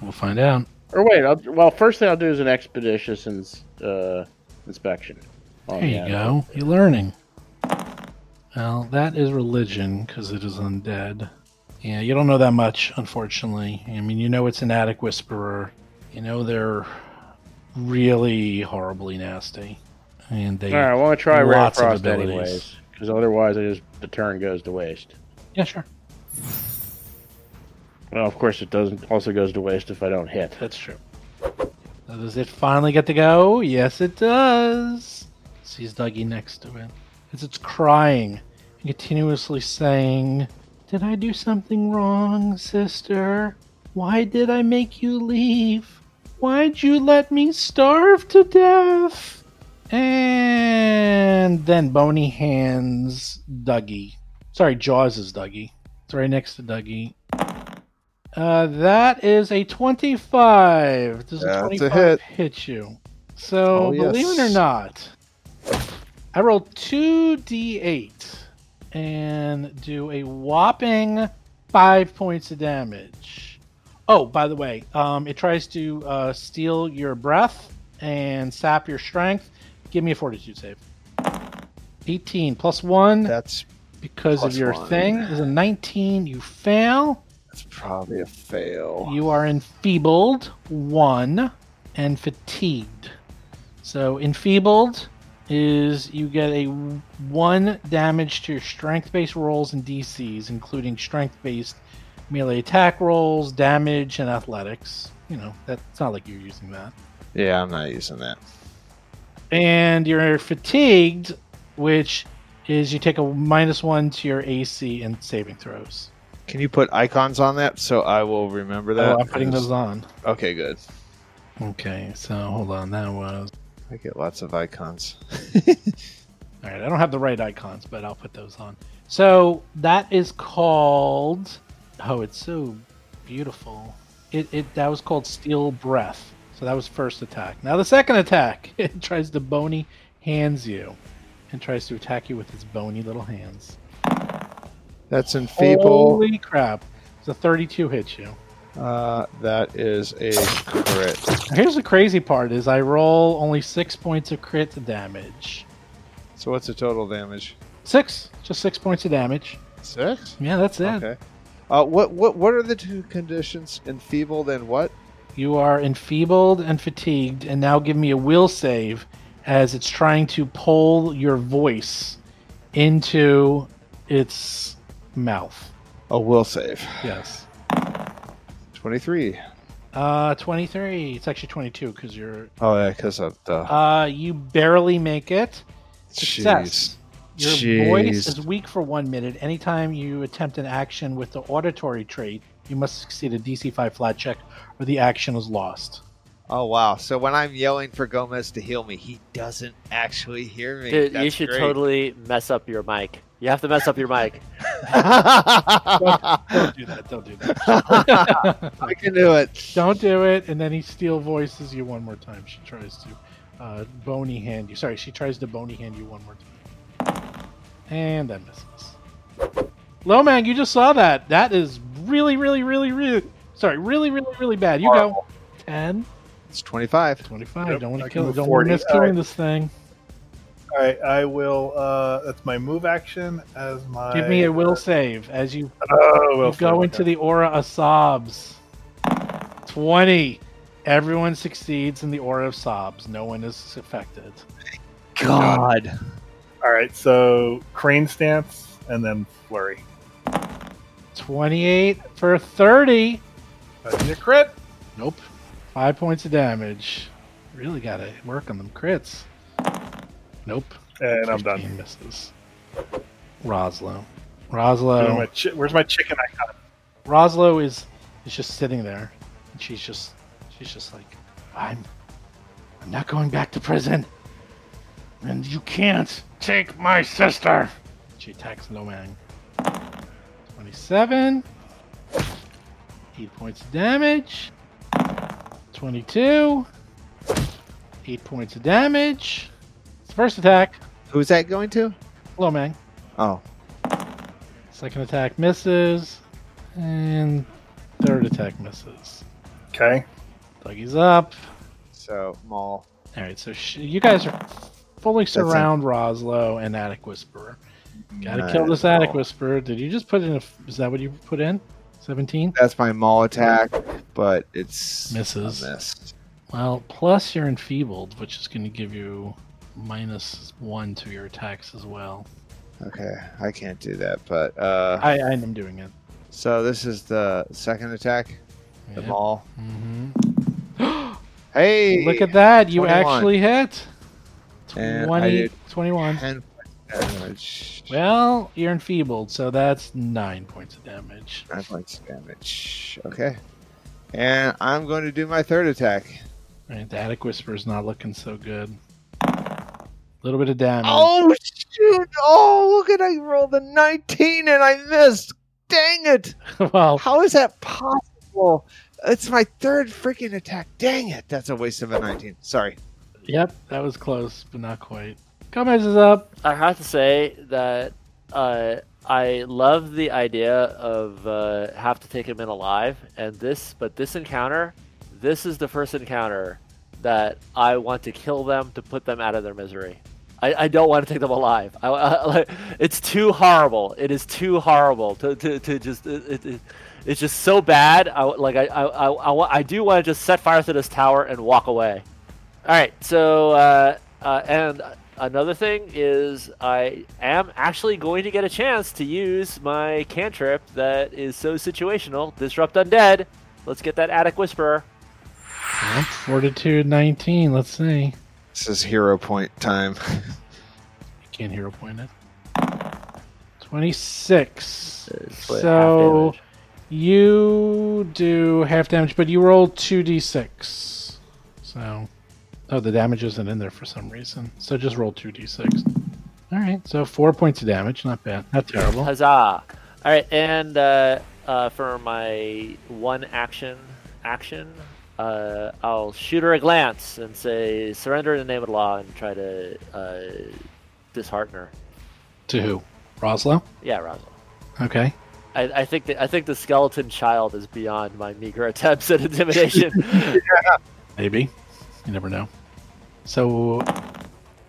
B: We'll find out.
C: or wait, I'll, well, first thing I'll do is an expeditious ins, uh, inspection. on
B: There
C: the
B: you
C: attic.
B: go. You're learning. Well, that is religion because it is undead. Yeah, you don't know that much, unfortunately. I mean, you know it's an attic whisperer. You know they're really horribly nasty, and they.
C: All right, I want to try Ray of
B: Lots of
C: Frost
B: abilities.
C: anyways, because otherwise, I just the turn goes to waste.
B: Yeah, sure.
C: Well, of course, it doesn't. Also goes to waste if I don't hit.
B: That's true. Now, does it finally get to go? Yes, it does. Sees Dougie next to it. As it's crying and continuously saying, Did I do something wrong, sister? Why did I make you leave? Why'd you let me starve to death? And then Bony hands Dougie. Sorry, Jaws is Dougie. It's right next to Dougie. Uh, that is a 25. Does
F: That's
B: a
F: a
B: 25
F: hit.
B: hit you? So,
F: Oh, yes.
B: believe it or not, I roll 2d8 and do a whopping five points of damage. Oh, by the way, um, it tries to uh, steal your breath and sap your strength. Give me a fortitude save. 18 plus 1
F: That's
B: because
F: plus
B: of your
F: one.
B: thing is a 19. You fail.
F: that's probably a fail.
B: You are enfeebled, 1, and fatigued. So, enfeebled is you get a 1 damage to your strength based rolls and DCs, including strength based melee attack rolls, damage, and athletics. You know, that's not like you're using that.
F: Yeah, I'm not using that.
B: And you're fatigued, which is you take a minus 1 to your AC and saving throws.
F: Can you put icons on that so I will remember that?
B: oh, I'm putting those on.
F: Okay, good.
B: Okay, so hold on. That was
F: I get lots of icons.
B: All right, I don't have the right icons, but I'll put those on. So that is called. Oh, it's so beautiful. It, it that was called Steel Breath. So that was first attack. Now the second attack, [LAUGHS] it tries to bony hands you, and tries to attack you with its bony little hands.
F: That's enfeeble.
B: Holy crap! So 32 hits you.
F: Uh, that is a crit.
B: Here's the crazy part: is I roll only six points of crit damage.
F: So what's the total damage?
B: Six, just six points of damage.
F: Six.
B: Yeah, that's it.
F: Okay. Uh, what what what are the two conditions? Enfeebled and what?
B: You are enfeebled and fatigued, and now give me a will save as it's trying to pull your voice into its mouth.
F: A will save.
B: Yes.
F: Twenty-three.
B: Uh, 23. It's actually 22 because you're.
F: Oh yeah, because of the.
B: Uh, you barely make it.
F: Jeez.
B: Success. Your voice is weak for one minute. Anytime you attempt an action with the auditory trait, you must succeed a DC 5 flat check or the action is lost.
F: Oh wow! So when I'm yelling for Gomez to heal me, he doesn't actually hear me.
E: Dude,
F: That's
E: you should
F: great. [LAUGHS]
E: totally mess up your mic. You have to mess up your mic.
B: Don't do that. Don't do that.
F: I can do it.
B: Don't do it. And then he steel voices you one more time. She tries to uh, bony hand you. Sorry, she tries to bony hand you one more time. And that misses. Lomang, you just saw that. That is really, really, really, really. Sorry, really, really, really bad. You go. 10,
F: It's twenty-five.
B: 25.
D: Yep,
B: don't want
D: I
B: to
D: can
B: kill it.
D: move
B: Don't want
D: 40.
B: to miss killing
D: Alright.
B: this thing.
D: All right, I will. Uh, that's my move action as my.
B: Give me a will save as you
D: Oh,
B: You
D: will
B: go into the aura of sobs. 20. Everyone succeeds in the aura of sobs. No one is affected.
F: God.
D: All right, so crane stance and then flurry.
B: 28 for 30.
D: That's a crit.
B: Nope. Five points of damage. Really got to work on them crits. Nope.
D: And I'm done.
B: 15 Misses. Roslo.
D: Where's
B: Roslo.
D: my chi- where's my chicken icon?
B: Roslo is is just sitting there, and she's just she's just like, I'm I'm not going back to prison, and you can't take my sister. She attacks Lomang. Twenty-seven. Eight points of damage. Twenty-two. Eight points of damage. First attack,
F: Who's that going to?
B: Lomang.
F: Oh,
B: Second attack misses, and third attack misses.
D: Okay.
B: Dougie's up.
F: so Maul.
B: All right, so sh- you guys are fully
F: it.
B: surround Roslo and Attic Whisperer. Gotta
F: Nice.
B: kill this Attic Whisperer. Did you just put in a? f- Is that what you put in? Seventeen
F: That's my Maul attack, but it's
B: misses.
F: a miss.
B: Well, plus you're enfeebled, which is going to give you minus one to your attacks as well.
F: Okay, I can't do that. But uh,
B: I, I am doing it.
F: so this is the second attack. The Maul.
B: hmm
F: Hey,
B: Look at that! You
F: 21.
B: actually hit.
F: And I
B: 20,
F: did
B: 21.
F: Ten damage.
B: Well, you're enfeebled, so that's nine points of damage.
F: Nine points of damage. Okay. And I'm going to do my third attack.
B: Right, the attic whisper's not looking so good. A little bit of damage.
F: Oh shoot! Oh look at I rolled a 19 and I missed. Dang it!
B: [LAUGHS] well,
F: How is that possible? It's my third freaking attack. Dang it! That's a waste of a 19. Sorry.
B: yep, that was close, but not quite. Gomez is up.
E: I have to say that uh, I love the idea of uh, have to take him in alive, and this, but this encounter, this is the first encounter that I want to kill them to put them out of their misery. I, I don't want to take them alive. I, I- like, it's too horrible. It is too horrible to, to, to just. It, it, it- it's just so bad. I, like I, I, I, I, wa- I do want to just set fire to this tower and walk away. All right. So, uh, uh, and another thing is, I am actually going to get a chance to use my cantrip that is so situational, disrupt undead. Let's get that attic whisperer.
B: Yep, fortitude 19. Let's see.
F: This is hero point time. [LAUGHS]
B: I can't hero point it. 26.
E: Half
B: So
E: damage.
B: you do half damage, but you roll 2d6. So Oh, the damage isn't in there for some reason. So just roll 2d6. All right, so four points of damage. Not bad. Not terrible.
E: Huzzah! All right, and uh, uh, for my one action, action, uh, I'll shoot her a glance and say, "Surrender in the name of the law," and try to uh, dishearten her.
B: To who? Roslo?
E: Yeah, Rosal.
B: Okay.
E: I, I think that I think the skeleton child is beyond my meager [LAUGHS] attempts
B: [LAUGHS]
E: at intimidation.
B: Maybe. You never know. So,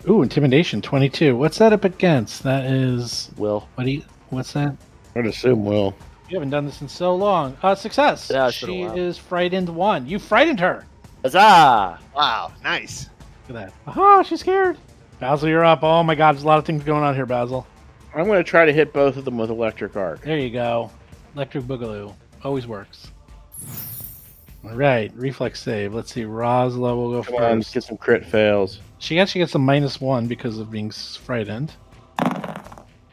B: ooh, intimidation 22. What's that up against? That is
E: Will.
B: what do you? What's that?
C: I'd assume will.
B: You haven't done this in so long. Uh, success.
E: Yeah, it's been a
B: she
E: while.
B: is frightened one. You frightened her.
E: Huzzah!
F: Wow, nice.
B: Look at that. Oh, she's scared. Basil, you're up. Oh my God, there's a lot of things going on here, Basil.
C: I'm going to try to hit both of them with electric arc.
B: There you go. Electric Boogaloo. Always works. All right, reflex save. Let's see. Rosla will go
C: Come on, let's
B: first.
C: get some crit fails.
B: She actually gets a minus one because of being s- frightened. All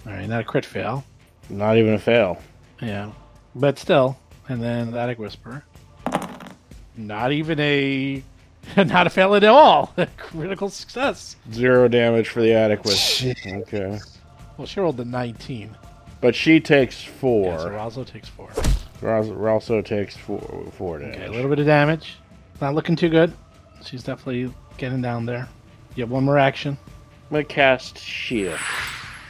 B: right, not a crit fail.
C: Not even a fail.
B: Yeah, but still. And then the Attic Whisper. Not even a, [LAUGHS] not a fail at all. [LAUGHS] critical success.
C: Zero damage for the adequate. okay.
B: Well, she rolled a 19.
C: But she takes four.
B: Yeah, so Roslo takes four.
C: Ros- Rosso takes four, four damage.
B: Okay, a little bit of damage. Not looking too good. She's definitely getting down there. You have one more action.
C: I'm going to cast shield.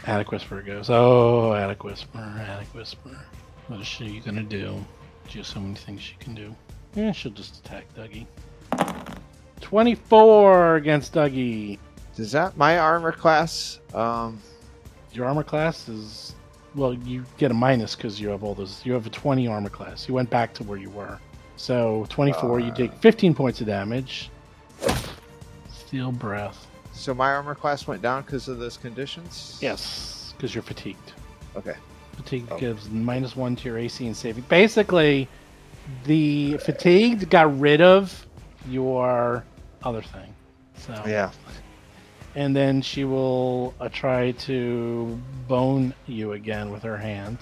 B: Attic Whisper goes. Oh, Attic Whisper, Attic Whisper. What is she gonna do? She has so many things she can do. Yeah, she'll just attack Dougie. 24 against Dougie.
F: Does that my armor class? Um,
B: Your armor class is. Well, you get a minus because you have all those. You have a 20 armor class. You went back to where you were. So 24, you take 15 points of damage. Steel breath.
F: so my armor class went down because of those conditions.
B: Yes, because you're fatigued.
F: Okay.
B: Fatigue
F: Oh.
B: gives minus one to your AC and saving. Basically, the fatigued got rid of your other thing. So
F: Yeah.
B: and then she will uh, try to bone you again with her hand.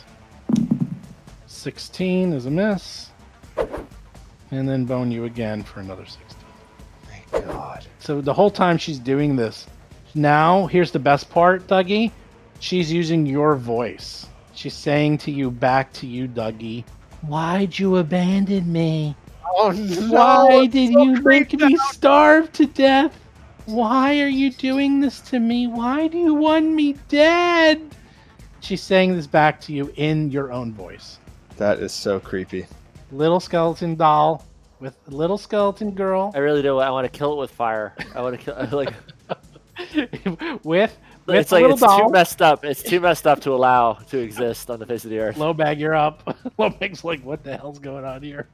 B: 16 is a miss. And then bone you again for another 16.
F: Thank God.
B: So the whole time she's doing this, now here's the best part, Dougie. She's using your voice. She's saying to you, back to you, Dougie, why'd you abandon me?
F: Oh no!
B: Why
F: I'm
B: did
F: so
B: you make
F: creeped
B: me
F: out.
B: starve to death? Why are you doing this to me? Why do you want me dead? She's saying this back to you in your own voice.
F: That is so creepy.
B: Little skeleton doll with little skeleton girl
E: I really do. I want to kill it with fire. I want to kill. [LAUGHS] I Like
B: [LAUGHS] with with
E: it's like
B: little
E: it's
B: doll.
E: too messed up. It's too messed up to allow to exist on the face of the earth.
B: Lobag, you're up. [LAUGHS] Lobag's like, what the hell's going on here?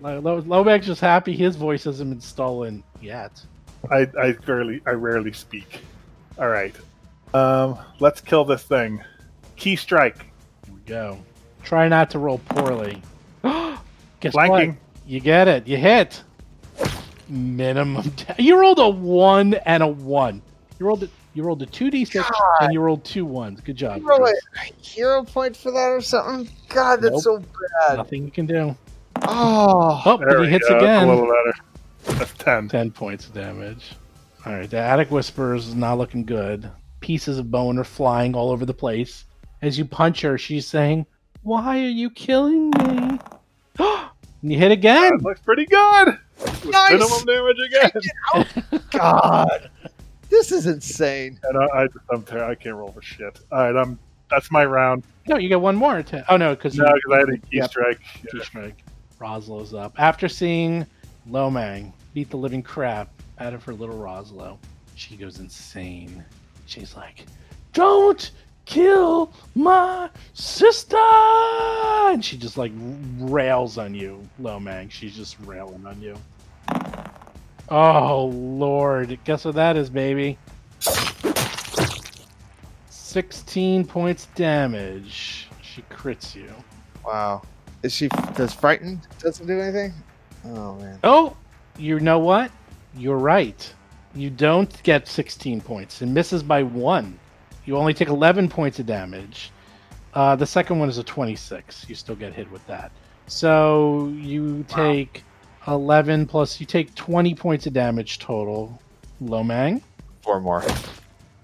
B: Lo- Lo- Lobag's just happy his voice hasn't been stolen yet.
D: I, I rarely I rarely speak. All right, um, let's kill this thing. Key strike,
B: Here we go. Try not to roll poorly.
D: [GASPS]
B: Guess
D: flanking.
B: what? You get it. You hit. Minimum. [LAUGHS] da- you rolled a one and a one. You rolled a, you rolled a two d six and you rolled two ones. Good job.
F: Roll a hero point for that or something. God, that's so bad.
B: Nothing you can do.
F: [LAUGHS] Oh,
B: Oh, but
D: There
B: he
D: we
B: hits
D: go. That's
B: again.
D: A little better. That's ten.
B: 10 points of damage. All right, the attic whispers is not looking good. Pieces of bone are flying all over the place. As you punch her, she's saying, Why are you killing me? [GASPS] and you hit again.
D: That looks pretty good. With
F: Nice.
D: Minimum damage again.
F: God, this is insane.
D: And I, I just I'm ter- I can't roll for shit. All right, I'm. That's my round.
B: No, you get one more attack. Oh, no, because
D: No, because I had a key
B: Yep.
D: strike.
B: Two strike. Roslow's up. After seeing Lomang beat the living crap out of her little Roslow, she goes insane. She's like, Don't kill my sister! And she just like rails on you, Lomang. She's just railing on you. Oh, Lord. Guess what that is, baby? 16 points damage. She crits you.
F: Wow. Is she does frightened? Doesn't do anything. Oh man.
B: Oh, you know what? You're right. You don't get 16 points and misses by one. You only take 11 points of damage. Uh, the second one is a 26. You still get hit with that. So you take 11 plus you take 20 points of damage total, Lomang.
F: Four more.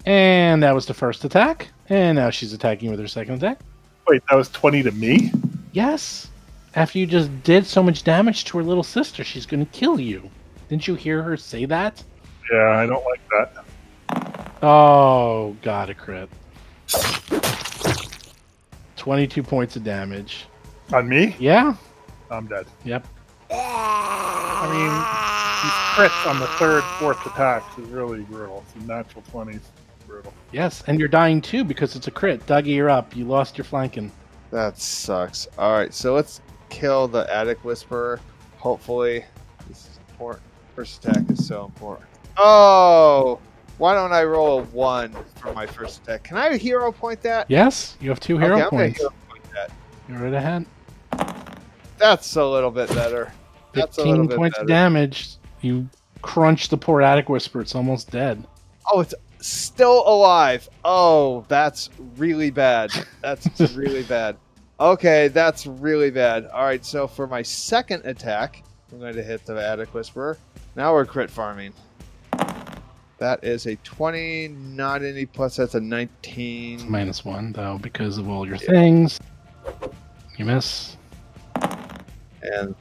B: And that was the first attack. And now she's attacking with her second attack.
D: Wait, that was 20 to me?
B: Yes. After you just did so much damage to her little sister, she's going to kill you. Didn't you hear her say that?
D: Yeah, I don't like that.
B: Oh, got a crit. 22 points of damage.
D: On me?
B: Yeah.
D: I'm dead.
B: Yep.
D: I mean, these crits on the third, fourth attacks is really brutal. It's natural 20s. Brutal.
B: Yes. And you're dying too because it's a crit. Dougie, you're up. You lost your flanking.
F: That sucks. All right, so let's kill the attic whisperer. Hopefully, this is important. First attack is so important. Oh, why don't I roll a one for my first attack? Can I hero point that?
B: Yes. You have two hero
F: okay, I'm gonna
B: points.
F: hero point that.
B: You're right ahead.
F: That's a little bit better. That's a
B: 15
F: little bit
B: points of
F: better.
B: damage. You crunch the poor attic whisper. It's almost dead.
F: Oh, it's still alive. Oh, that's really bad. That's
B: [LAUGHS]
F: really bad. Okay, that's really bad. All right, so for my second attack, I'm going to hit the Attic Whisperer. Now we're crit farming. That is a 20, not any plus. That's a 19.
B: Minus one, though, because of all your things. You miss
F: And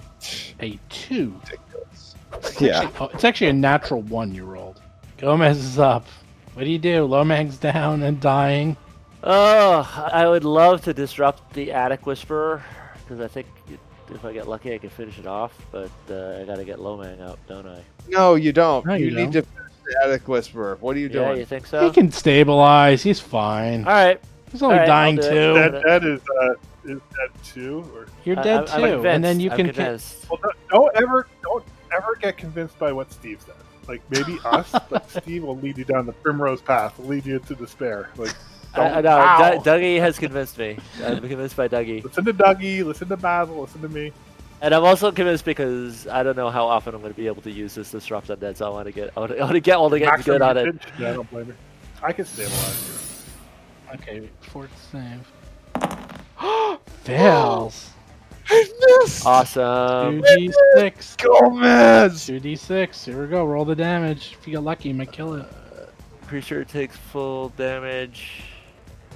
B: a two.
F: yeah,
B: Actually- oh, it's actually a natural one you rolled. Gomez is up. What do you do? Lomang's down and dying.
E: Oh, I would love to disrupt the Attic Whisperer because I think it- if I get lucky, I can finish it off. But uh, I gotta get Lomang up, don't I?
F: no, you don't.
B: No, you
F: you need to finish the Attic Whisperer. What are you
E: yeah,
F: doing?
E: you think so?
B: He can stabilize. He's fine.
E: All right,
B: He's only
E: all right,
B: dying
E: I'll do
B: too.
E: it.
D: That, that is, uh, is that two? Or,
B: You're
E: I-
B: dead
E: I- I'm
B: too. and then
E: convinced.
B: you
E: I'm
B: can. ca-
E: convinced.
D: well, don't- don't ever, don't ever get convinced by what Steve said. Like [LAUGHS] maybe us, but Steve will lead you down the primrose path, will lead you to despair. Like,
B: Oh,
E: I,
D: don't,
E: I know,
D: Ow.
E: Doug- Dougie has convinced me. I'm convinced by Dougie,
D: listen to Dougie, listen to Basil, listen to me.
E: and I'm also convinced because I don't know how often I'm going to be able to use this disrupt undead. So I want to get, I want to, I want to get all the getting
D: Maximum
E: good on it.
D: attention. Yeah, I don't blame her. I can stabilize you.
B: Okay, fourth save. [GASPS]
E: [GASPS]
B: Fails.
E: Awesome.
B: 2d6.
F: Gomez!
B: 2d6. Here we go. Roll the damage. If you get lucky, you might kill it.
E: Creature takes full damage,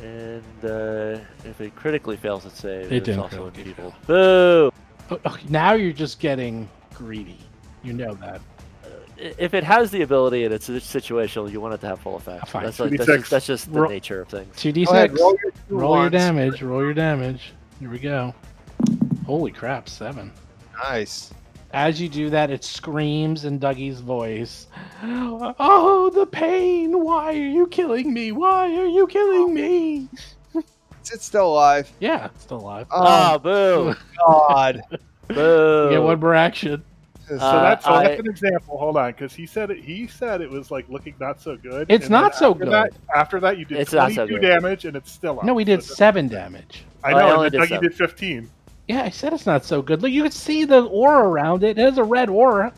E: and uh, if it critically fails its save,
B: It
E: it's
B: didn't
E: also
B: critically
E: enfeebled. Boo!
B: Oh, oh, now you're just getting greedy. You know that.
E: I- If it has the ability and it's situational, you want it to have full effect.
B: Fine.
E: That's, like, that's,
D: 2d6.
E: just, that's just the
B: Roll-
E: nature of things.
B: 2d6.
F: Go ahead, roll
B: roll
F: your, two
B: your,
F: ones.
B: damage. Roll your damage. Here we go. Holy crap, seven.
F: Nice.
B: As you do that, it screams in Dougie's voice. Oh, the pain! Why are you killing me? Why are you killing me?
F: Is it still alive?
B: Yeah, it's still alive.
C: Uh,
B: [LAUGHS]
E: Ah,
F: Oh,
E: boo!
F: God. [LAUGHS]
E: boo!
B: Um, You get one more action.
F: So
D: So
E: Uh,
D: that's so
E: I-
D: that's an example. Hold on, because he said it. He said it was like looking not so good.
B: It's
D: then
B: not so
D: after
B: good.
D: That, after that, you did
E: It's not so
D: twenty-two
E: good.
D: damage, and it's still up.
B: No, we did
D: So
B: seven damage.
E: I
D: I know.
E: only
D: and
E: did
D: Dougie
E: seven.
D: did fifteen.
B: Yeah, I said it's not so good. Look, you can see the aura around it. It has a red aura.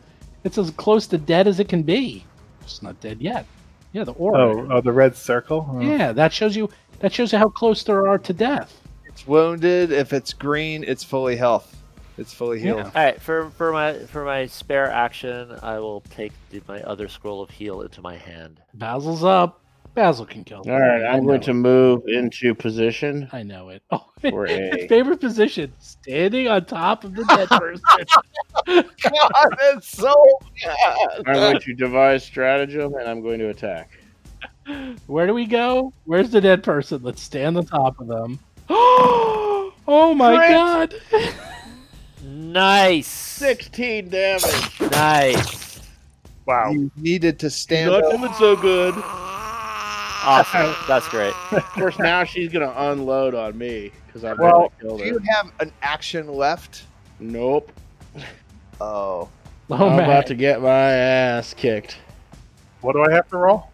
B: It's as close to dead as it can be. It's not dead yet. Yeah, the aura.
D: Oh, oh, the red circle. Oh.
B: Yeah, that shows you. That shows you how close they are to death.
F: it's wounded. If it's green, it's fully health. It's fully healed.
B: Yeah.
E: All right, for for my for my spare action, I will take the, my other scroll of heal into my hand.
B: Basil's up. Basil can kill.
C: All right,
B: I
C: I'm
B: know
C: going
B: it.
C: to move into
B: [LAUGHS]
C: position.
B: I know it. Oh,
C: For a-
B: favorite position: standing on top of the
C: [LAUGHS]
B: dead person.
F: [LAUGHS] God, that's so bad.
C: I'm going to devise stratagem and I'm going to attack.
B: Where do we go? Where's the dead person? Let's stand on top of them. [GASPS] oh my
C: Crit!
B: god!
E: Nice.
C: 16 damage.
E: Nice.
D: Wow.
F: You needed to stand
C: Not
F: up.
C: doing so good.
B: [LAUGHS]
E: Awesome. That's great.
C: Of course, now she's going to unload on me because I'm
F: Well,
C: going to kill
F: Do you
C: her.
F: have an action left?
C: Nope.
F: Oh.
B: Oh
C: I'm
B: man,
C: about to get my ass kicked.
D: What do I have to roll?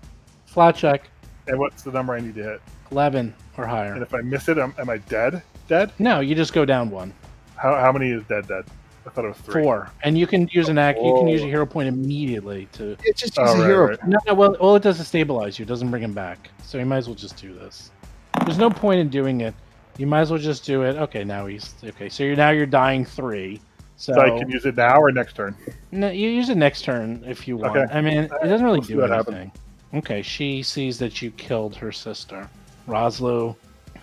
B: flat check
D: And what's the number I need to hit?
B: eleven or
D: And
B: higher.
D: if I miss it, am, am I dead? Dead?
B: No, you just go down one,
D: How, how many is dead? Dead? I thought it was three.
B: four, and you can use an act. You can use a
C: Whoa.
B: hero point immediately to.
F: It just
D: Oh,
F: use a
D: right,
F: hero.
D: right.
B: No, no, well, all it does is stabilize you. It doesn't bring him back, so you might as well just do this. There's no point in doing it. You might as well just do it. Okay, now he's okay. So you're now you're dying three. So,
D: So I can use it now or next turn.
B: No, you use it next turn if you want.
D: Okay.
B: I mean, it doesn't really
D: Let's see
B: do
D: what
B: anything.
D: happens.
B: Okay, she sees that you killed her sister. Roslo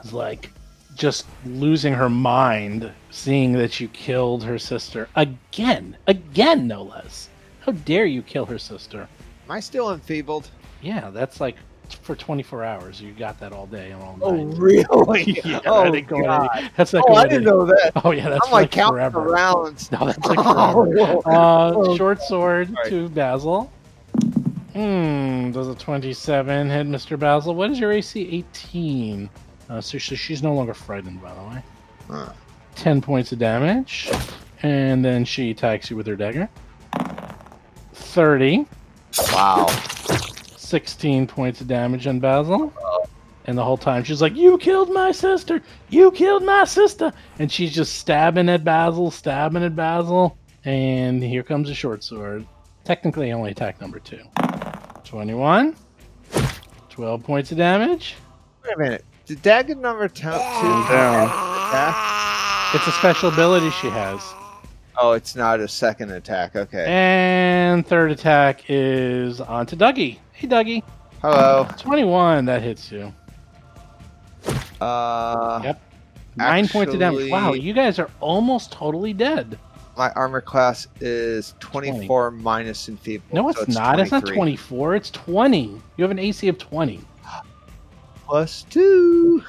B: is like just losing her mind seeing that you killed her sister again. Again, no less. How dare you kill her sister?
F: Am I still enfeebled?
B: Yeah, that's like for 24 hours. You got that all day and all night.
F: Oh, really?
B: [LAUGHS] yeah, that
F: oh,
B: ain't going
F: God.
B: away. [LAUGHS] That's like
F: oh, I didn't know that.
B: Oh, yeah, that's
F: I'm like
B: like
F: counting
B: forever.
F: the rounds.
B: No,
F: [LAUGHS]
B: that's like forever.
F: Oh,
B: Uh,
F: [LAUGHS] Oh,
B: short sword
F: Sorry.
B: to Basil. Hmm, does a 27 hit Mr. Basil? What is your AC? 18. Uh, so she- she's no longer frightened, by the way.
F: Huh.
B: 10 points of damage. And then she attacks you with her dagger. 30.
F: wow.
B: 16 points of damage on Basil. And the whole time she's like, You killed my sister! You killed my sister! And she's just stabbing at Basil, stabbing at Basil. And here comes a short sword. Technically, only attack number two. 21. 12 points of damage.
F: Wait a minute. Did dagger number t- two
D: Down.
F: attack?
B: It's a special ability she has.
F: Oh, it's not a second attack. Okay.
B: And third attack is onto Dougie. Hey, Dougie.
F: Hello.
B: 21. That hits you.
F: Uh,
B: Yep. Nine points of damage.
F: actually,
B: Wow, you guys are almost totally dead.
F: My armor class is 24 minus enfeebled.
B: No, it's,
F: so
B: not. It's not
F: 23.
B: 24. It's 20. You have an AC of 20.
F: Plus two.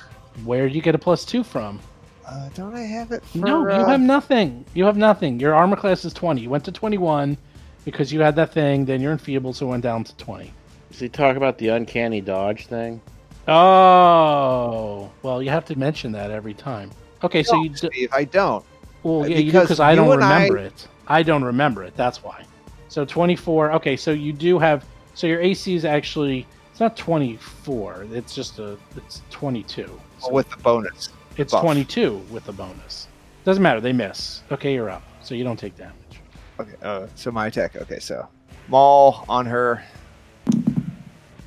B: Where do you get a plus two from?
F: Uh, don't I have it? For,
B: No, you
F: uh,
B: have nothing. You have nothing. Your armor class is 20. You went to 21 because you had that thing. Then you're enfeebled, so it went down to 20.
C: Does he talk about the uncanny dodge thing?
B: Oh, well, you have to mention that every time. Okay, so you. D-
F: Steve, I don't.
B: well, yeah, you
F: because
B: because I
F: you
B: don't
F: and I-
B: remember it. I don't remember it. That's why. So 24. Okay, so you do have. So your AC is actually. It's not 24. It's just a. It's 22.
F: Oh,
B: So
F: with the bonus.
B: It's
F: buff.
B: 22 with the bonus. Doesn't matter. They miss. Okay, you're up. So you don't take damage.
F: Okay. Uh, so my attack. Okay. So maul on her.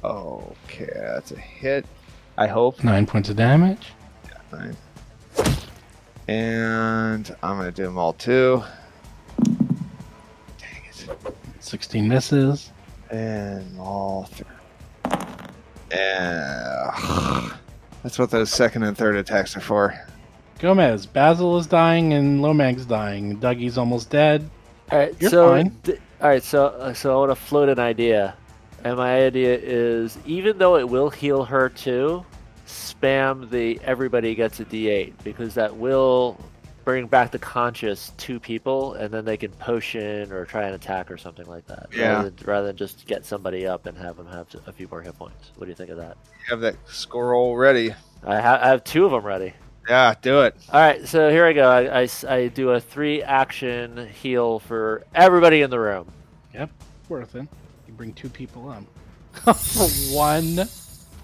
F: Okay, that's a hit. I hope.
B: Nine points of damage.
F: Fine. And I'm gonna do them all too.
B: 16 misses.
F: And all three. And that's what those second and third attacks are for.
B: Gomez, Basil is dying and Lomag's dying. Dougie's almost dead.
E: All right,
B: You're
E: so
B: fine.
E: th- all right, so uh, so I want to float an idea, and my idea is even though it will heal her too, spam the everybody gets a D8 because that will bring back to conscious two people, and then they can potion or try and attack or something like that.
F: Yeah.
E: Rather than, rather than just get somebody up and have them have a few more hit points. What do you think of that?
F: You have that scroll ready.
E: I, ha- I have two of them ready.
F: Yeah, do it.
E: All right, so here I go. I, I s- I do a three action heal for everybody in the room.
B: Worth it. You bring two people up. [LAUGHS] For one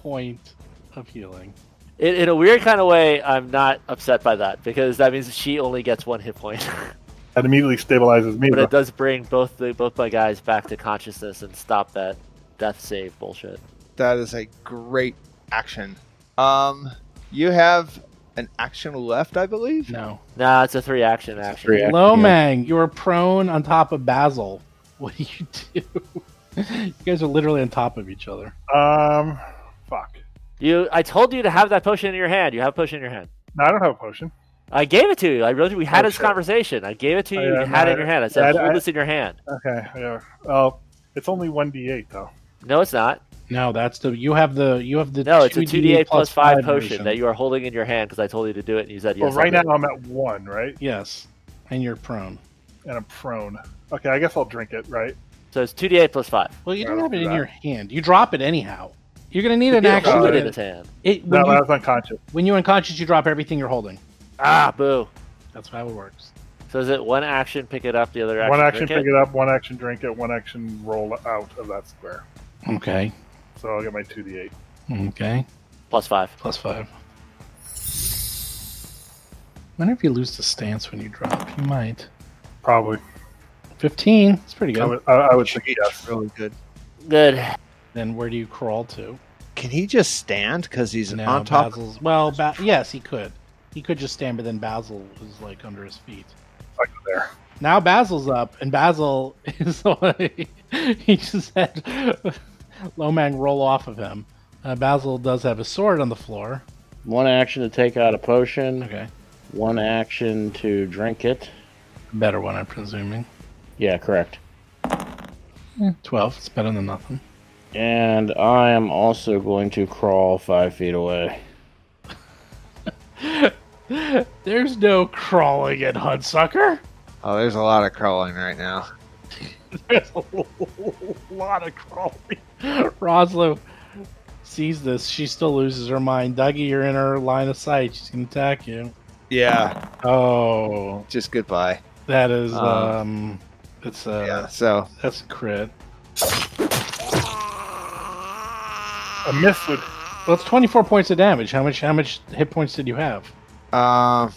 B: point of healing.
E: In, in a weird kind of way, I'm not upset by that because that means she only gets one hit point. [LAUGHS]
D: That immediately stabilizes me.
E: but it
D: But
E: does bring both the, both my guys back to consciousness and stop that death save bullshit.
F: That is a great action. Um, you have an action left, I believe.
B: No.
E: Nah, it's a three action action.
C: three action.
B: Lomang, you are prone on top of Basil. [LAUGHS] What do you do? you guys are literally on top of each other.
D: um, fuck.
E: You, I told you to have that potion in your hand. You have a potion in your hand.
D: No, I don't have a potion.
E: I gave it to you. I really, we had
D: Oh,
E: this
D: shit.
E: conversation. I gave it to you.
D: Oh,
E: you
D: yeah,
E: had
D: no,
E: it in your hand. I said,
D: I-
E: hold
D: I-
E: this in your hand.
D: Okay. Yeah. Well, it's only one d8 though.
E: No, it's not.
B: No, that's the you have the you have the
E: No, it's a
B: 2D
E: 2d8 plus 5 potion
B: version.
E: that you are holding in your hand because I told you to do it and you said yes.
D: well, right
E: I
D: now
E: did.
D: I'm at one, right?
B: Yes, and you're prone.
D: And I'm prone. Okay, I guess I'll drink it, right?
E: So it's 2d8 plus 5.
B: Well, you
D: Yeah,
B: don't
D: I'll
B: have it
D: do
B: in
D: that.
B: your hand. You drop it anyhow. You're gonna need an
E: You
B: action.
E: hold it
B: to-
E: in his hand.
B: it-
D: No,
B: when,
D: I
B: you,
D: was unconscious.
B: when you're unconscious, you drop everything you're holding.
E: Ah, boo.
B: That's how it works.
E: So is it one action, pick it up, the other action,
D: one action,
E: drink
D: pick it up. One action, drink it. One action, roll out of that square.
B: Okay.
D: So I'll get my two d8.
B: Okay.
E: Plus five.
B: Plus five. Wonder if you lose the stance when you drop. You might.
D: Probably.
B: Fifteen. It's pretty
D: I
B: good.
D: would, I, I would think yes.
F: That's really good.
E: Good.
B: Then where do you crawl to?
F: Can he just stand? Because he's
B: No,
F: on top.
B: Basil's. Well, ba- yes, he could. He could just stand, but then Basil was like under his feet.
D: Like there.
B: Now Basil's up, and Basil [LAUGHS] is like, he just had [LAUGHS] Lomang roll off of him. Uh, Basil does have his sword on the floor.
C: One action to take out a potion.
B: Okay,
C: One action to drink it.
B: better one, I'm presuming.
C: Yeah, correct.
B: Twelve. It's better than nothing.
C: And I am also going to crawl five feet away.
B: There's no crawling at Hudsucker.
F: Oh, there's a lot of crawling right now.
B: There's a lot of crawling. [LAUGHS] Roslo sees this. She still loses her mind. Dougie, you're in her line of sight. She's gonna attack you.
F: Yeah,
B: Oh,
F: just goodbye.
B: that is
F: Um,
B: um, it's uh,
F: Yeah, so
B: that's a crit.
D: A miss would.
B: Well, it's 24 points of damage. How much? How much hit points did you have?
F: um,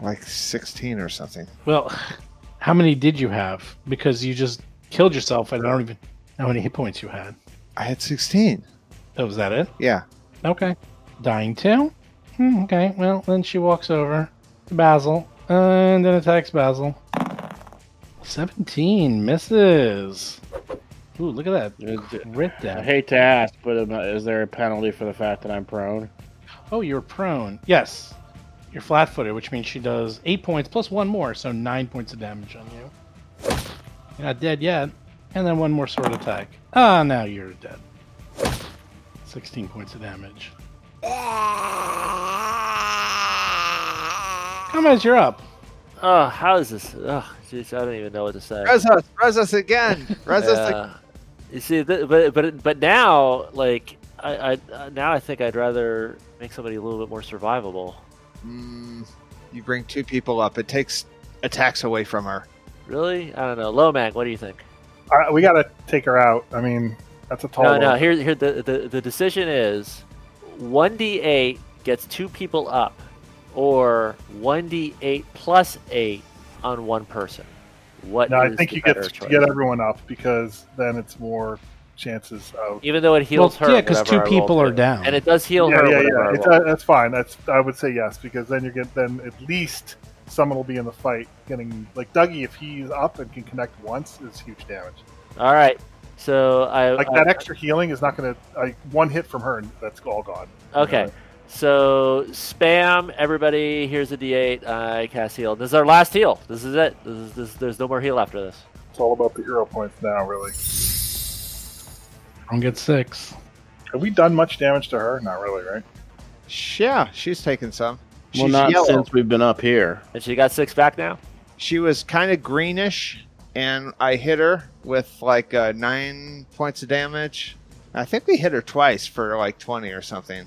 F: like 16 or something.
B: Well, [LAUGHS] how many did you have? Because you just killed yourself, and I don't even know how many hit points you had.
F: I had 16.
B: Oh, was that it?
F: Yeah,
B: Okay. Dying too? Hmm, okay, well, then she walks over to Basil and then attacks Basil. 17 misses. Ooh, look at that. Crit
C: I
B: damage.
C: hate to ask, but am I- is there a penalty for the fact that I'm prone?
B: Oh, you're prone. Yes. You're flat footed, which means she does 8 points plus one more, so 9 points of damage on you. You're not dead yet. And then one more sword attack. Ah, now you're dead. 16 points of damage. Come as you're up.
E: Oh, how is this? Oh, jeez, I don't even know what to say.
F: res us, res us again, res us. ag-
E: Yeah. You see, th- but but but now, like, I, I uh, now I think I'd rather make somebody a little bit more survivable.
F: Mm, you bring two people up. It takes attacks away from her.
E: Really, I don't know. Lomac, what do you think?
D: Uh, we gotta take her out. I mean, that's a tall.
E: No, no.
D: order.
E: Here, here. The, the the decision is, one d eight gets two people up, or one d eight plus eight on one person. What?
D: No, I
E: is
D: think
E: the
D: you get
E: better
D: you
E: choice?
D: get everyone up because then it's more chances of.
E: Even though it heals
B: Well,
E: her.
B: yeah, 'cause
E: whatever
B: two
E: I roll
B: people are
E: too.
B: down.
E: and it does heal
D: Yeah,
E: her.
D: yeah,
E: whatever I
D: yeah. It's,
E: roll.
D: uh, that's fine. That's I would say yes because then you get then at least someone will be in the fight getting like Dougie if he's up and can connect once is huge damage.
E: All right. So I
D: Like
E: I-
D: that extra healing is not gonna like one hit from her and that's all gone. Uh,
E: Okay. So spam everybody. Here's a D8. I cast heal. This is our last heal. This is it. This is, this, there's no more heal after this.
D: It's all about the hero points now, really.
B: Don't get six.
D: Have we done much damage to her? Not really, right?
F: Sh- Yeah, she's taking some. She's
C: well, not
F: yellow.
C: since we've been up here.
E: And she got six back now.
F: She was kind of greenish, and I hit her with like uh, nine points of damage. I think we hit her twice for like 20 or something.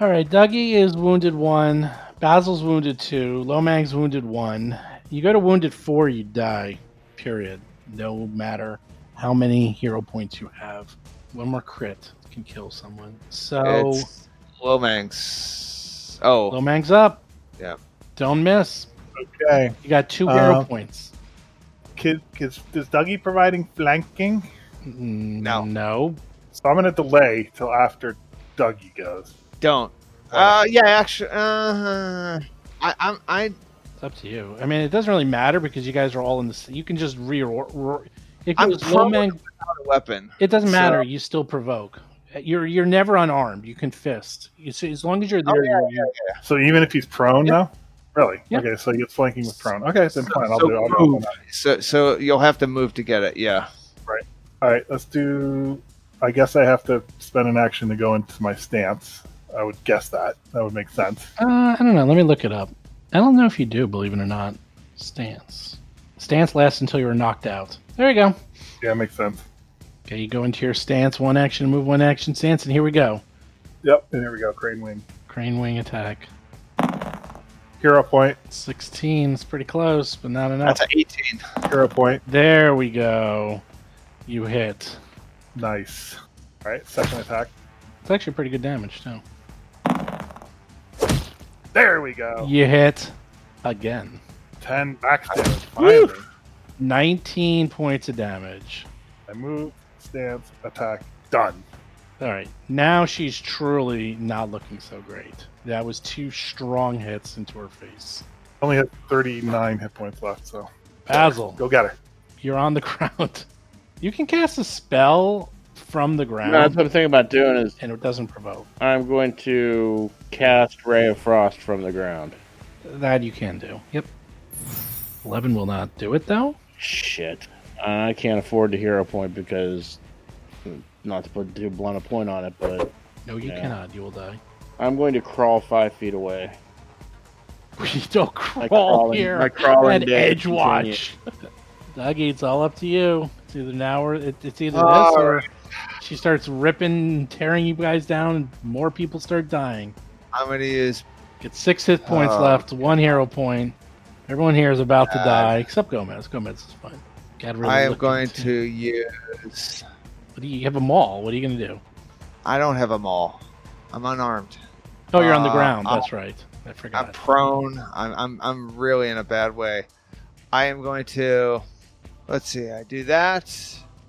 B: All right, Dougie is wounded one. Basil's wounded two. Lomang's wounded one. You go to wounded four, you die. Period. No matter how many hero points you have. One more crit can kill someone. So
F: It's Lomax. Oh,
B: Lomang's up.
F: Yeah.
B: Don't miss.
D: Okay.
B: You got two hero
D: Uh,
B: points.
D: Kid, is, is Dougie providing flanking?
B: No. Mm, No.
D: So I'm gonna delay till after Dougie goes.
F: don't. Uh, yeah, actually, uh, I, I'm, I,
B: It's up to you. I mean, it doesn't really matter because you guys are all in the. s- You can just re. ro- ro- If it
F: I'm
B: was
F: prone
B: Lomang,
F: without a weapon.
B: It doesn't
F: So-
B: matter. you still provoke. You're you're never unarmed. You can fist. You see, as long as
F: Oh,
B: you're there, you're,
D: So even if he's prone now? Really?
B: Yeah.
D: Okay, so he gets flanking with prone. Okay, then fine. I'll
F: so
D: do it. I'll go
F: move.
D: on that.
F: So, so you'll have to move to get it. Yeah.
D: All right, let's do. I guess I have to spend an action to go into my stance. I would guess that. That would make sense.
B: uh, I don't know. Let me look it up. I don't know if you do, believe it or not. Stance. Stance lasts until you're knocked out. There you go.
D: Yeah, makes sense.
B: Okay, you go into your stance, one action, move one action, stance, and here we go.
D: Yep, and here we go. Crane wing.
B: Crane wing attack.
D: Hero point.
B: Sixteen. It's pretty close, but not enough.
F: That's an 18.
D: Hero point.
B: there we go. You hit.
D: Nice. All right, second attack.
B: It's actually pretty good damage too.
D: There we
F: Oh.
D: go.
B: You hit again.
D: Ten back damage. Finally.
B: Nineteen points of damage.
D: I move, stance, attack. Done.
B: All right. Now she's truly not looking so great. That was two strong hits into her face.
D: Only had 39 hit points left, so
B: Basil,
D: Go get her.
B: you're on the [LAUGHS] ground. You can cast a spell from the
C: No,
B: ground,
C: that's what I'm thinking about doing is
B: and it doesn't provoke.
C: I'm going to cast Ray of Frost from the ground.
B: That you can do. Yep. Eleven will not do it though.
C: Shit. I can't afford the hero point because, not to put too blunt a point on it, but
B: No, you
C: Yeah.
B: cannot. You will die. [LAUGHS]
C: I'm going to crawl five feet away.
B: You don't crawl
C: My crawling,
B: here.
C: my crawling
B: and
C: dash
B: edge
C: continues.
B: watch. [LAUGHS] Dougie, it's all up to you. It's either now or it, it's either this
F: All
B: or she starts ripping, tearing you guys down, and more people start dying.
F: I'm gonna use.
B: Get six hit points
F: Oh,
B: left, one hero point. Everyone here is about to
F: God.
B: die except Gomez. Gomez is fine. God, really
F: I am
B: look
F: going
B: into-
F: to use.
B: What do you you have a maul? What are you going to do?
F: I don't have a maul. I'm unarmed.
B: Oh, you're on the
F: Uh,
B: ground.
F: I'll-
B: That's right. I
F: I'm
B: forgot.
F: prone. I'm, I'm I'm really in a bad way. I am going to. Let's see. I do that.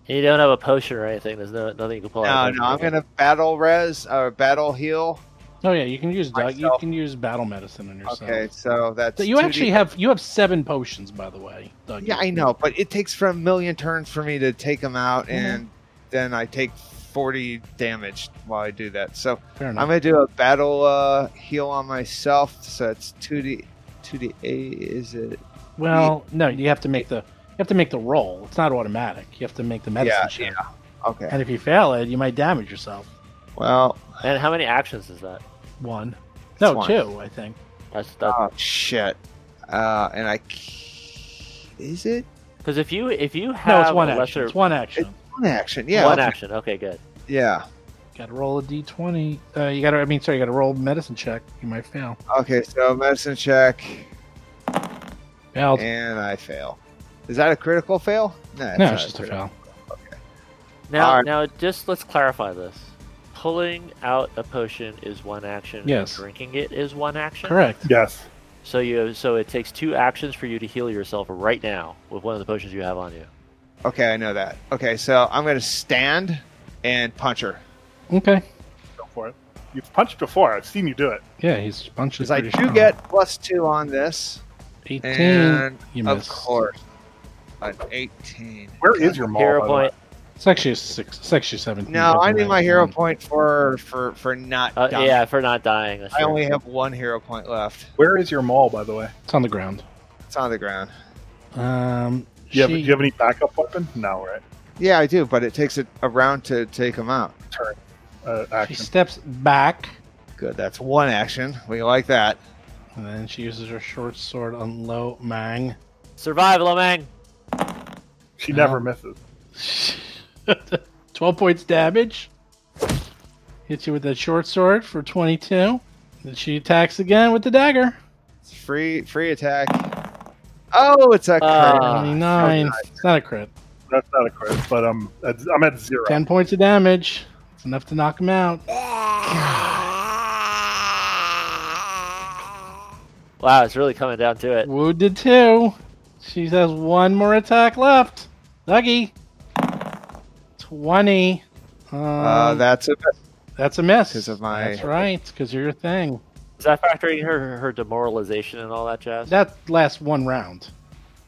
E: You don't have a potion or anything. There's no nothing you can pull
F: No,
E: out.
F: no. I'm gonna battle res or battle heal.
B: Oh yeah, you can use Doug, you
F: myself.
B: can use battle medicine on yourself.
F: Okay, so that's
B: So you
F: 2D.
B: actually have you have seven potions, by the way. Doug.
F: Yeah, I know, but it takes for a million turns for me to take them out, and then I take forty damage while I do that. So
B: Fair enough.
F: I'm gonna do a battle uh, heal on myself. So it's two D, two D eight. Is it?
B: Well, no, you have to make the you have to make the roll. It's not automatic. You have to make the medicine
F: Yeah,
B: check.
F: Okay.
B: And if you fail it, you might damage yourself.
F: Well,
E: And how many actions is that?
B: One.
F: It's
B: No,
F: one.
B: two, I think.
E: That's that.
F: oh shit. Uh, and I c- is it
E: Because if you if you have
B: No, it's one
E: a
B: action.
E: lesser
B: It's one action.
F: one action? Yeah,
E: one
F: okay.
E: action, okay, good.
F: yeah.
B: Got to roll a d20. Uh, you got to. I mean, sorry, you got to roll medicine check. You might fail.
F: Okay, so medicine check,
B: Failed.
F: and I fail. Is that a critical fail? No,
B: no,
F: not
B: it's just a
F: critical.
B: fail.
E: Now,
F: Alright.
E: now, just let's clarify this. Pulling out a potion is one action.
B: Yes.
E: Drinking it is one action.
B: Correct.
D: Yes.
E: So you so it takes two actions for you to heal yourself right now with one of the potions you have on you.
F: Okay, I know that. Okay, so I'm gonna stand and punch her
B: Okay.
D: Go for it. You've punched before. I've seen you do it.
B: Yeah, he's punching.
F: because I do
B: pretty strong.
F: get plus two on this,
B: 18.
F: and
B: you
F: of
B: missed.
F: course, an 18.
D: Where is your maul?
E: Hero
D: by the way?
E: point.
B: It's actually a six. It's actually seventeen.
F: No, I
B: doesn't
F: need
B: matter.
F: my hero point for for for not
E: Uh,
F: dying.
E: yeah, for not dying. That's
F: I
E: true.
F: only have one hero point left.
D: Where is your maul, by the way?
B: It's on the ground.
F: It's on the ground.
B: Um.
D: Do you, have,
B: she-
D: do you have any backup weapon? No, right?
F: Yeah, I do, but it takes a, a round to take them out.
D: Uh,
B: she
D: action.
B: steps back.
F: Good, that's one action. We like that.
B: And then she uses her short sword on Lo Mang. [LAUGHS]
E: Survive, Lomang.
D: She
B: Uh,
D: never misses.
B: 12 points damage. Hits you with that short sword for 22. Then she attacks again with the dagger.
F: It's free free attack. Oh, it's a crit.
E: Ah.
B: Uh. 29. It's not a crit.
D: That's not a crit, but um, that's- I'm at zero.
B: 10 points of damage. It's enough to knock him out.
F: Uh,
E: Wow, it's really coming down to it.
B: Wounded 2. She has one more attack left. Dougie. 20. Um,
F: Uh, that's a
B: that's a miss.
F: 'cause of my-
B: That's right, because you're your thing.
E: Is that factoring her her demoralization and all that jazz?
B: That lasts one round.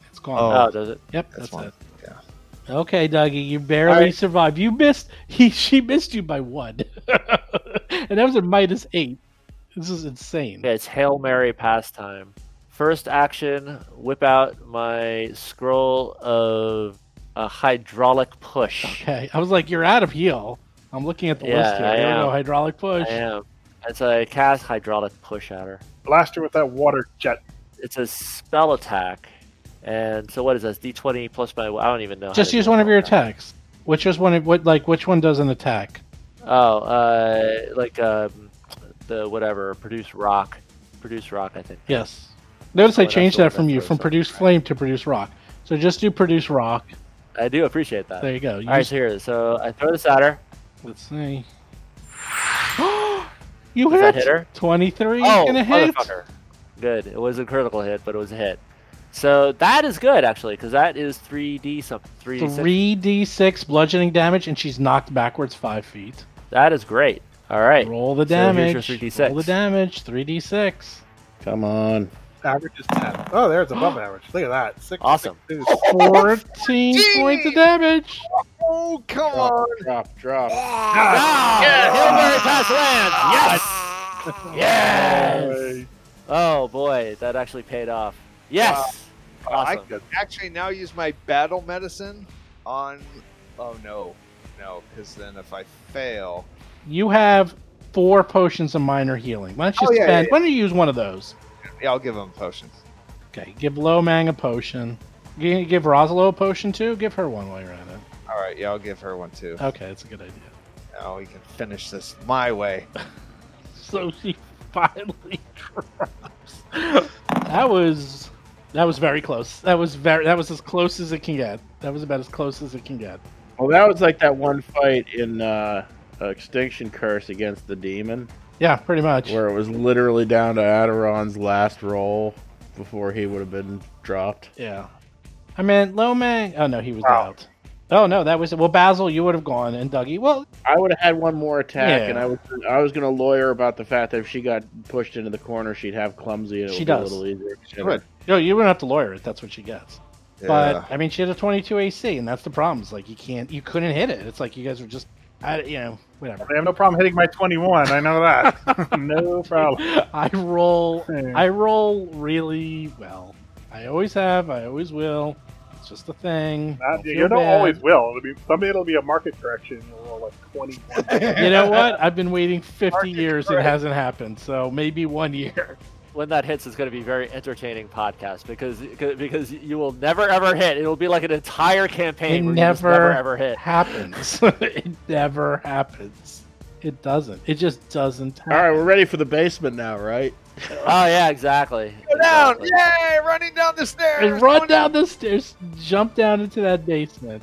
B: It's gone.
F: Oh.
E: oh, does it?
B: Yep,
F: That's
B: that's,
F: one.
B: it. Okay, Dougie, you barely
F: All right.
B: survived. You missed. [LAUGHS] He she missed you by one, [LAUGHS] and that was a minus eight. This is insane.
E: Yeah, it's Hail Mary pastime. First action, whip out my scroll of a hydraulic push.
B: Okay, I was like, you're out of heal. I'm looking at the
E: Yeah,
B: list here.
E: I
B: There we
E: am.
B: go, hydraulic push.
E: I am. And so I cast hydraulic push at her.
D: Blast her with that water jet.
E: It's a spell attack. And so what is this? D twenty plus my I don't even know. how
B: Just
E: to
B: use
E: do
B: one of your
E: all that.
B: attacks. Which is one of what? Like which one does an attack?
E: Oh, uh like um the whatever, produce rock. Produce rock, I think.
B: Yes. Notice
E: Oh,
B: I
E: that's
B: changed
E: the-
B: that from
E: that's
B: you
E: the
B: from
E: result,
B: produce
E: right.
B: flame to produce rock. So just do produce rock.
E: I do appreciate that.
B: There you go.
E: Uh, All right,
B: Use-
E: so here. So I throw this at her.
B: Let's see. [GASPS] you
E: Does
B: hit,
E: that hit her?
B: twenty-three.
E: oh,
B: gonna hit.
E: motherfucker. Good. It was a critical hit, but it was a hit. So that is good actually, because that is three D something. Three. D six.
B: Three d six bludgeoning damage, and she's knocked backwards five feet.
E: That is great. All right.
B: Roll the
E: So here's your
B: damage.
E: 3d6.
B: Roll the damage. Three d six.
C: Come on.
D: Average is 10. Oh, there's above average. Look at that. Six,
E: Awesome.
D: six, two.
B: 14 points of damage.
F: Oh, come on.
C: Drop, drop.
E: Ah,
C: Yes!
E: Hillberry Pass lands. Yes. Yes. [LAUGHS]
D: Hey,
E: Oh boy, that actually paid off. Yes.
F: I
E: Awesome.
F: could actually now use my battle medicine on. Oh, no. No, because then if I fail.
B: You have four potions of minor healing. Why don't you
F: Oh, yeah,
B: spend?
F: yeah, yeah.
B: Why don't you use one of those?
F: Yeah, I'll give him potions.
B: Okay, give Lomang a potion. You gonna give Rosalo a potion too. Give her one while you're at it.
F: All right, yeah, I'll give her one too.
B: Okay, that's a good idea.
F: Now we can finish this my way.
B: [LAUGHS] So she finally drops. that was that was very close. That was very that was as close as it can get. That was about as close as it can get.
C: Well, that was like that one fight in uh, Extinction Curse against the demon,
B: Yeah, pretty much.
C: where it was literally down to Adiron's last roll before he would have been dropped.
B: Yeah. I mean, Lomang. Oh no, he was
D: Wow.
B: out. Oh no, that was well. Basil, you would have gone, and Dougie. Well,
C: I would have had one more attack,
B: Yeah.
C: and I was I was gonna lawyer about the fact that if she got pushed into the corner, she'd have clumsy. And it
B: She
C: would
B: does.
C: Be a little easier.
F: would.
B: no, you wouldn't have to lawyer it. That's what she gets.
F: Yeah.
B: But I mean, she had a 22 AC, and that's the problem. It's like you can't, you couldn't hit it. It's like you guys were just, I, you know, whatever. [LAUGHS]
D: I have no problem hitting my 21. I know that. no problem.
B: I roll,
D: Hmm.
B: I roll really well. I always have. I always will. It's just a
D: [LAUGHS]
B: thing.
D: Not,
B: Don't feel
D: you don't
B: bad.
D: always will. It'll be, someday it'll be a market correction. You'll roll like 21.
B: You know what? I've been waiting 50
D: Market
B: years. It
D: correct.
B: hasn't happened. So maybe one year. [LAUGHS]
E: When that hits, it's going to be very entertaining podcast because because you will never ever hit. It will be like an entire campaign
B: It
E: where you just never
B: never
E: ever hit.
B: happens. [LAUGHS] it never happens. It doesn't. It just doesn't. Happen.
C: All right, we're ready for the basement now, right?
E: Oh yeah, exactly.
F: Go down!
E: Exactly.
F: Yay! Running down the stairs!
B: And run down the stairs. Jump down into that basement.